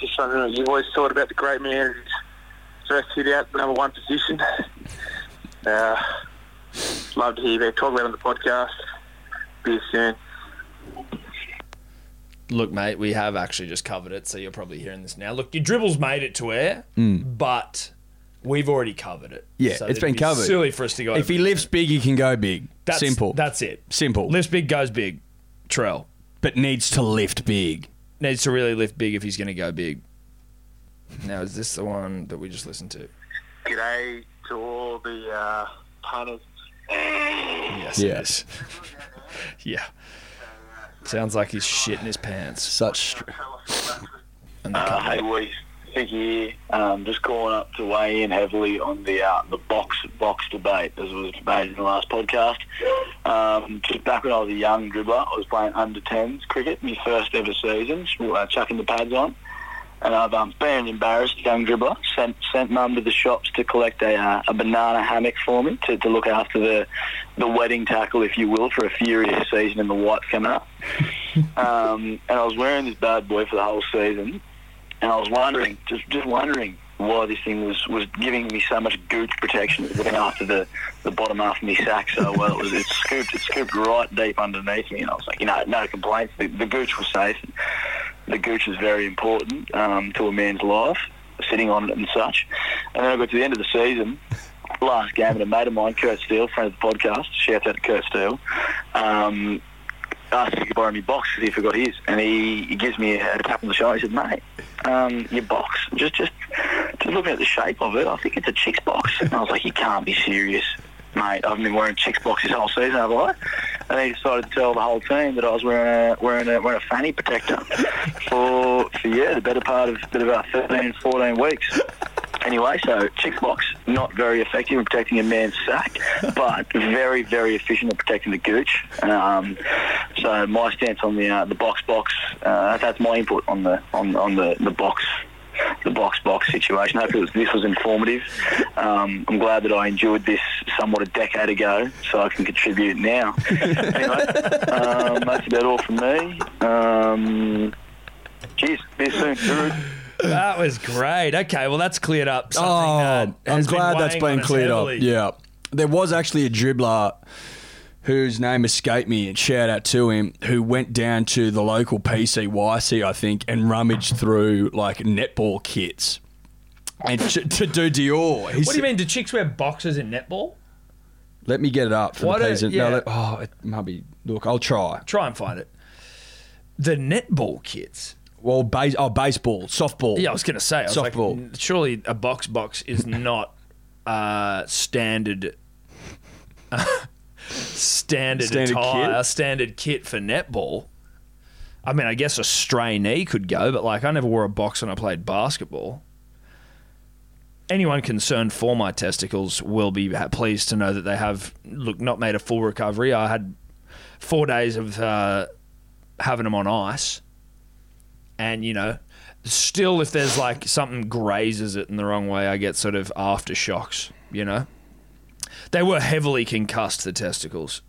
G: Just wondering what you always thought about the great man who's first hit out the number one position. Uh, love to hear you there. Talk about it on the podcast. Be soon.
B: Look, mate, we have actually just covered it, so you're probably hearing this now. Look, your dribbles made it to air, but we've already covered it.
C: Mm. Yeah,
B: So
C: it's
B: it'd
C: been
B: be
C: covered.
B: Silly for us to go.
C: If
B: over
C: he
B: it.
C: lifts big, he can go big.
B: that's,
C: Simple.
B: That's it.
C: simple.
B: Lifts big, goes big. Trell
C: but needs to lift big.
B: needs to really lift big if he's going to go big. Now, is this the one that we just listened to?
G: G'day to all the uh, punters.
B: Yes.
C: Yes.
B: Yeah. Sounds like he's shitting his pants.
C: Such. Str-
B: And they can't-
F: Hey, we
H: for here, um, just calling up to weigh in heavily on the uh, the box box debate as was debated in the last podcast. Um, just back when I was a young dribbler, I was playing under tens cricket, my first ever season, just, uh, chucking the pads on, and I've um, been an embarrassed young dribbler. Sent sent mum to the shops to collect a, uh, a banana hammock for me to, to look after the the wedding tackle, if you will, for a furious season in the whites coming up. Um, and I was wearing this bad boy for the whole season, and I was wondering, just just wondering why this thing was, was giving me so much gooch protection. It was looking after the, the bottom half of my sack so well. It was it scooped it scooped right deep underneath me, and I was like, you know, no complaints. The, the gooch was safe. The gooch is very important um, to a man's life, sitting on it and such. And then I got to the end of the season. Last game, and a mate of mine, Kurt Steele, friend of the podcast, shout out to Kurt Steele, um, asked if he could borrow me box because he forgot his, and he, he gives me a, tap on the shoulder. He said, "Mate, um, your box just just just looking at the shape of it, I think it's a chicks box." And I was like, "You can't be serious, mate! I've been wearing chicks box this whole season, have I?" And he decided to tell the whole team that I was wearing a wearing a, wearing a fanny protector for for yeah the better part of bit about 13, 14 weeks. Anyway, so chicks box not very effective in protecting a man's sack, but very very efficient at protecting the gooch. Um, so my stance on the uh, the box box uh, that's my input on the on, on the, the box the box box situation. Hopefully it was, this was informative. Um, I'm glad that I endured this somewhat a decade ago, so I can contribute now. anyway, um, that's about all from me. Um, cheers, see you soon. Guru.
B: That was great. Okay, well that's cleared up. Something
C: Oh,
B: that
C: I'm
B: has
C: glad that's
B: weighing on
C: been
B: us
C: cleared up.
B: heavily.
C: Yeah. There was actually a dribbler whose name escaped me, and shout out to him, who went down to the local PCYC, I think, and rummaged through like netball kits. And to, to do Dior. He
B: What do you
C: said-
B: mean? Do chicks wear boxes in netball?
C: Let me get it up for
B: Why
C: the
B: don't-
C: peasant.
B: yeah.
C: No, let, oh, it might be. Look, I'll try.
B: Try and find it. The netball kits.
C: Well, base, oh, baseball, softball.
B: Yeah, I was going to say. I was like,
C: Softball.
B: n- surely a box box is not uh, standard. uh, standard
C: Standard
B: attire,
C: kit?
B: standard kit for netball. I mean, I guess a stray knee could go, but like I never wore a box when I played basketball. Anyone concerned for my testicles will be ha- pleased to know that they have look not made a full recovery. I had four days of uh, having them on ice, and you know, still if there's like something grazes it in the wrong way, I get sort of aftershocks. You know, they were heavily concussed the testicles.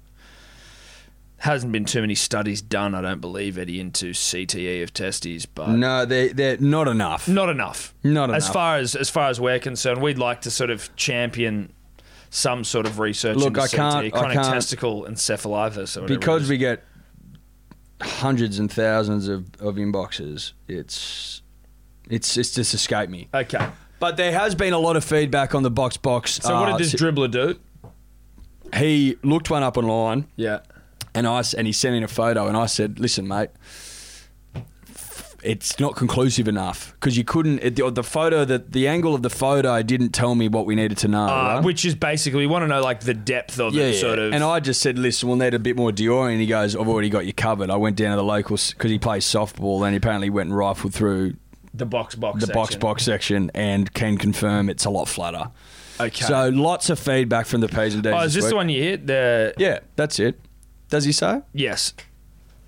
B: Hasn't been too many studies done, I don't believe, Eddie, into CTE of testes, but
C: No, they're, they're not enough.
B: not enough.
C: Not
B: As
C: enough.
B: far as as far as we're concerned, we'd like to sort of champion some sort of research.
C: Look,
B: into
C: I can't-
B: CTE,
C: I
B: chronic
C: can't-
B: testicle encephalitis, or whatever it
C: because
B: is.
C: we get hundreds and thousands of, of inboxes it's it's it's just escaped me
B: okay.
C: but there has been a lot of feedback on the box box uh,
B: So what did this dribbler do?
C: he looked one up online
B: Yeah.
C: and i s- and he sent in a photo and i said listen mate it's not conclusive enough because you couldn't it, the, the photo that the angle of the photo didn't tell me what we needed to know
B: Uh,
C: right?
B: which is basically we want to know like the depth of
C: yeah,
B: it,
C: yeah.
B: sort of.
C: And I just said, listen, we'll need a bit more Dior. And he goes, I've already got you covered. I went down to the local because he plays softball and he apparently went and rifled through
B: the box box.
C: the box
B: section.
C: box section and can confirm it's a lot flatter.
B: Okay.
C: So lots of feedback from the P's and D's.
B: Oh, is this
C: week.
B: the one you hit? The
C: Yeah, that's it. Does he say?
B: yes.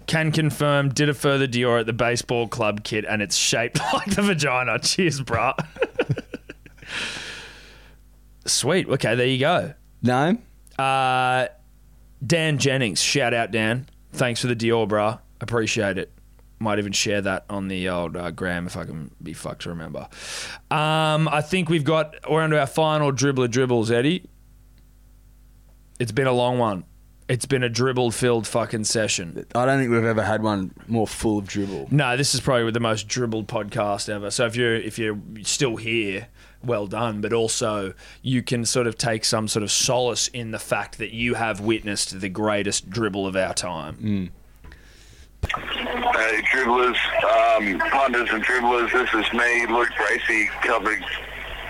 B: Can confirm, did a further Dior at the baseball club kit, and it's shaped like the vagina. Cheers, bruh. Sweet. Okay, there you go.
C: No.
B: Uh, Dan Jennings, shout out Dan. Thanks for the Dior, bra. Appreciate it. Might even share that on the old uh, gram if I can be fucked to remember. Um, I think we've got we're onto our final dribbler dribbles, Eddie. It's been a long one. It's been a dribble filled fucking session.
C: I don't think we've ever had one more full of dribble.
B: No, this is probably the most dribbled podcast ever. So if you're if you're still here, well done. But also you can sort of take some sort of solace in the fact that you have witnessed the greatest dribble of our time.
E: Hey, dribblers, um, punters and dribblers, this is me, Luke Bracey, covering,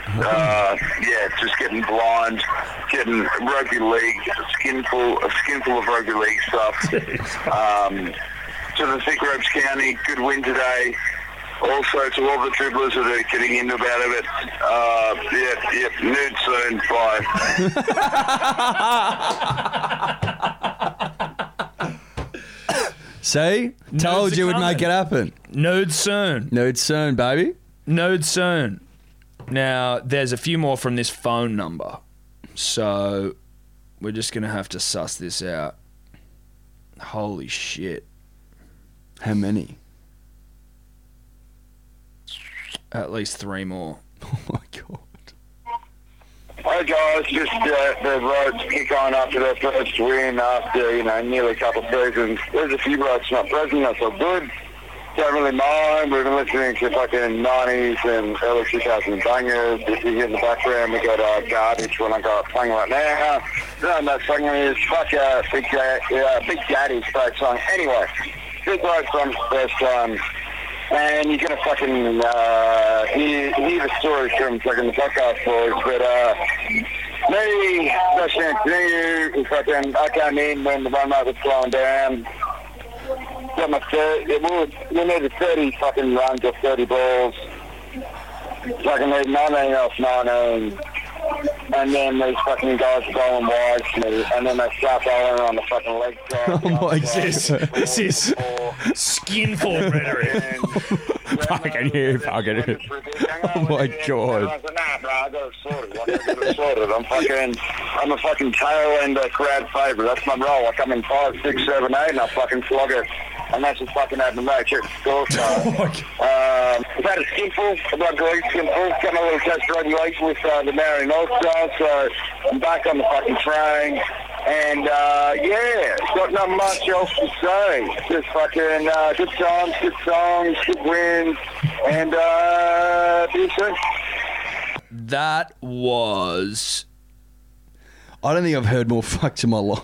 E: uh, yeah, just getting blind, getting rugby league, skinful, a skinful of rugby league stuff. Um, to the Thick Ropes County, good win today.
G: Also to all the dribblers that are getting in about it, uh, yep, yep, nude soon, bye.
C: See? Told
B: are
C: you would
B: coming.
C: make it happen.
B: Node soon.
C: Nude soon, baby.
B: Node soon. Now, there's a few more from this phone number. So we're just going to have to suss this out. Holy shit.
C: How many?
B: At least three more.
C: Oh my god.
G: Hi guys, just uh, the blokes keep going after their first win after, you know, nearly a couple of seasons. There's a few blokes not present, that's all good. Don't really mind, we've been listening to fucking 90s and early 2000s bangers. If you hear in the background, we got uh, Garbage when I got playing right now. No, no, song is fuck uh, Big, ja- uh, Big Daddy's folk song. Anyway, good blokes on first um, and you're gonna fucking uh, hear, hear the story from fucking the podcast boys, but uh, me, especially Anthony, fucking I came in when the one night was slowing down. Got my third, it was, we needed 30 fucking runs or 30 balls. Fucking need 19 off 19. And then these fucking guys are going wide to me, and then they start going on the fucking leg side.
C: Oh my
B: This, this is
G: Or-
B: skinful rhetoric.
G: fucking
C: you, fucking you. Oh my God.
G: I was like, nah, bro, I got it sorted. Like, I got it sorted. I'm fucking, I'm a fucking tail ender crowd favourite. That's my role. I come in five, six, seven, eight, and I fucking flog it. And that's just fucking happened, mate. Check the scorecard. Um, I've had a skinful, I've got a great skinful. Got my little test graduation with uh, the Marion All Stars, so I'm back on the fucking train. And uh, yeah, got not much else to say. Just fucking uh, good times, good songs, good wins, and uh, be soon.
B: That was.
C: I don't think I've heard more fucks in my life.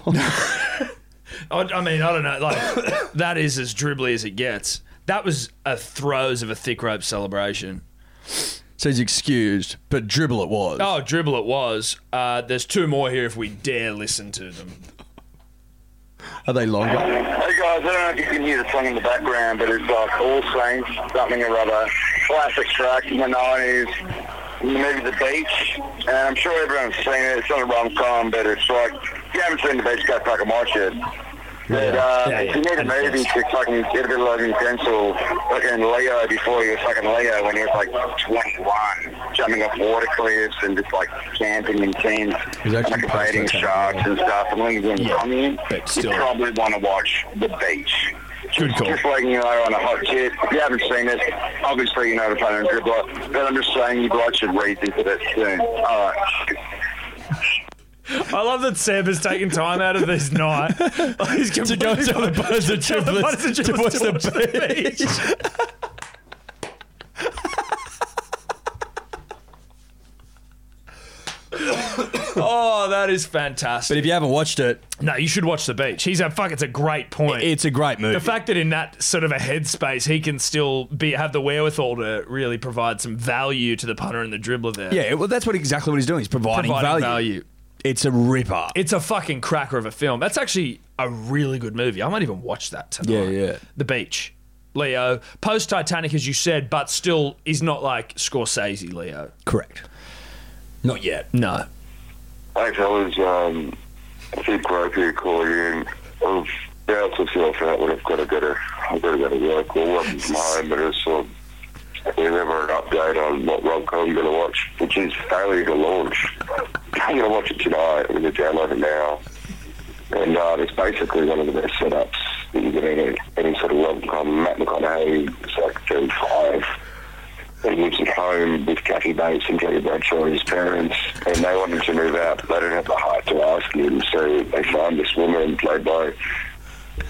B: I, I mean, I don't know. Like that is as dribbly as it gets. That was a throes of a thick rope celebration.
C: so he's excused, but dribble it was.
B: Oh, dribble it was. Uh, there's two more here if we dare listen to them.
C: Are they longer?
G: Hey guys, I don't know if you can hear the song in the background, but it's like All Saints, something or other. Classic track in the 90s, maybe The Beach. And I'm sure everyone's seen it. It's not a rom-com, but it's like, if you haven't seen The Beach, go fucking watch it. But uh, if you need a movie to fucking get a bit of love in pencil, fucking Leo before you was fucking Leo when he was like 21, jumping off water cliffs and just like camping in tents,
C: He's actually
G: like
C: past
G: baiting
C: that time.
G: sharks and stuff. And when he's in Tommy,
B: but
G: you
B: still.
G: probably want to watch The Beach.
B: Good call.
G: Just like you know, on a hot tip. If you haven't seen it, obviously you know the pun and dribbler. But I'm just saying, you guys should revisit it soon. All right.
B: I love that Seb has taken time out of this night. He's to go to the butters and dribblers to watch the beach. oh, that is
C: But
B: fantastic.
C: if you haven't watched it,
B: no, you should watch the beach. He's a fuck. It's a great point.
C: it's a great movie.
B: the fact that in that sort of a headspace, he can still be have the wherewithal to really provide some value to the punter and the dribbler there.
C: yeah, well, that's what exactly what he's doing. He's providing,
B: providing
C: value.
B: value.
C: It's a ripper.
B: It's a fucking cracker of a film. That's actually a really good movie. I might even watch that tonight.
C: Yeah, yeah.
B: The Beach. Leo, post Titanic, as you said, but still is not like Scorsese, Leo.
C: Correct. Not yet.
B: No.
G: Hey fellas, um, I think Oh, Rope here calling in. I've bounced myself out when I've got to go to, I've got to go to work or work from home, but it's sort of, whenever an update on what Robcom going to watch, which is failure to launch. I'm going to watch it tonight. I'm going to download it now. And uh, it's basically one of the best setups that you can get any, any sort of Robcom. Matt McConaughey is like 35 he lives at home with Kathy Bates and Kelly Bradshaw and his parents, and they wanted to move out, but they didn't have the heart to ask him, so they found this woman played by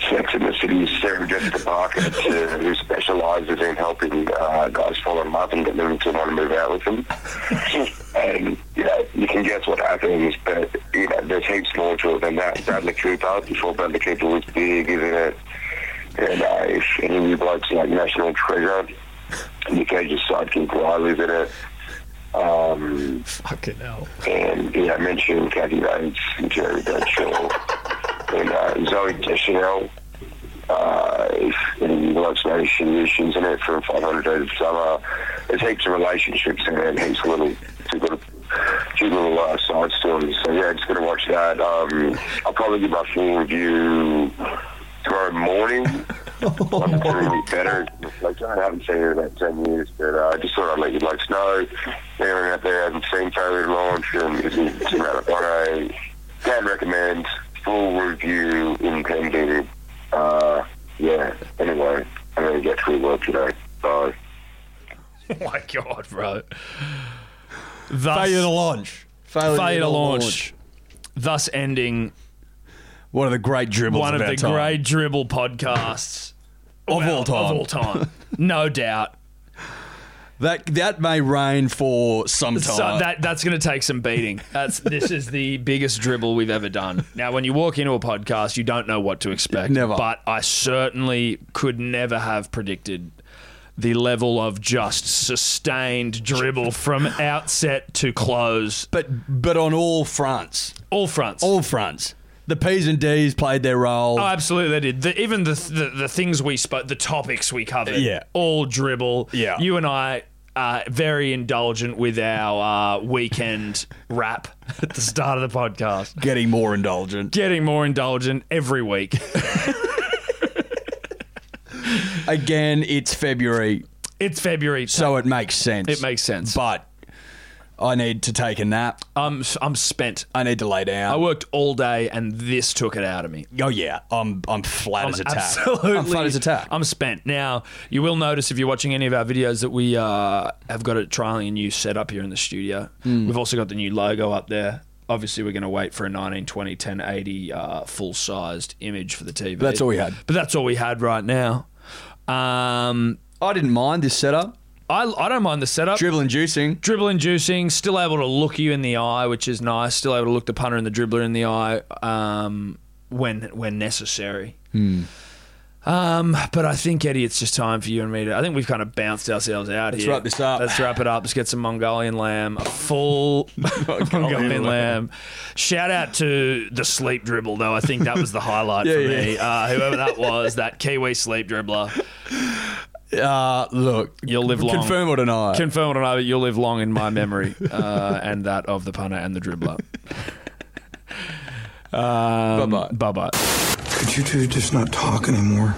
G: Sex in the City's Sarah Jessica Parker, to, who specialises in helping uh, guys fall in love and get them to want to move out with them. and, you know, you can guess what happens, but, you know, there's heaps more to it than that. Bradley Cooper, before Bradley Cooper was big, isn't it? And uh, if any of you blokes like National Treasure, Nick Cage's sidekick Riley's in it. Um,
B: Fucking hell.
G: and yeah, I mentioned Kathy Bates and Jerry Bradshaw and uh, Zoe Deschanel
I: uh, if any like Spanish musicians in it for 500 days of summer. There's heaps of relationships in there, and heaps of little, two little, two little uh, side stories. So yeah, just gonna watch that. Um, I'll probably give my full review tomorrow morning. I'm probably better. Like, I haven't seen it in about 10 years, but uh, I just thought I'd let you guys know. Anyone out there hasn't seen Taylor Launch and isn't Tim Alabano, can recommend full review impending. Uh, yeah, anyway, I'm going to get through work today.
B: Oh
I: Bye.
B: my god, bro.
J: Failure to
B: Thus,
J: launch.
A: Failure,
B: failure to launch. Thus ending
C: One of the great dribbles
B: one of
C: our
B: the
C: time.
B: great dribble podcasts
C: of
B: well,
C: all time.
B: Of all time, no doubt.
C: That that may reign for some time.
B: So that that's going to take some beating. That's this is the biggest dribble we've ever done. Now, when you walk into a podcast, you don't know what to expect.
C: Never.
B: But I certainly could never have predicted the level of just sustained dribble from outset to close,
C: but but on all fronts,
B: all fronts.
C: all fronts, the P's and D's played their role.
B: Oh, absolutely, they did. The, even the, the the things we spoke, the topics we covered,
C: Yeah.
B: all dribble.
C: Yeah.
B: you and I are very indulgent with our uh, weekend wrap at the start of the podcast.
C: Getting more indulgent.
B: getting more indulgent every week.
C: Again, it's February,
B: it's February, so
C: so it makes sense.
B: it makes sense.
C: But I need to take a nap.
B: I'm I'm spent.
C: I need to lay down.
B: I worked all day, and this took it out of me.
C: oh yeah, I'm I'm flat
B: I'm
C: as a tack.
B: absolutely,
C: I'm flat as a tack.
B: I'm spent. Now you will notice if you're watching any of our videos that we uh, have got a trialing a new setup here in the studio.
C: Hmm.
B: We've also got the new logo up there. Obviously, we're going to wait for a 1920 1080 uh, full sized image for the TV.
C: That's all we had.
B: But that's all we had right now. Um,
C: I didn't mind this setup.
B: I I don't mind the setup.
C: Dribble inducing.
B: dribble inducing, still able to look you in the eye, which is nice. Still able to look the punter and the dribbler in the eye um, when when necessary.
C: Hmm.
B: Um, but I think Eddie, it's just time for you and me to. I think we've kind of bounced ourselves out Let's here.
C: wrap this up.
B: Let's wrap it up. Let's get some Mongolian lamb, a full Mongolian lamb. Shout out to the sleep dribble though. I think that was the highlight for
C: yeah.
B: me. Uh, whoever that was, that Kiwi sleep dribbler.
C: Uh, look,
B: You'll live long.
C: Confirm or deny.
B: Confirm or not, you'll live long in my memory uh, and that of the punter and the dribbler.
C: Bye-bye.
B: Bye bye. Um,
K: Could you two just not talk anymore?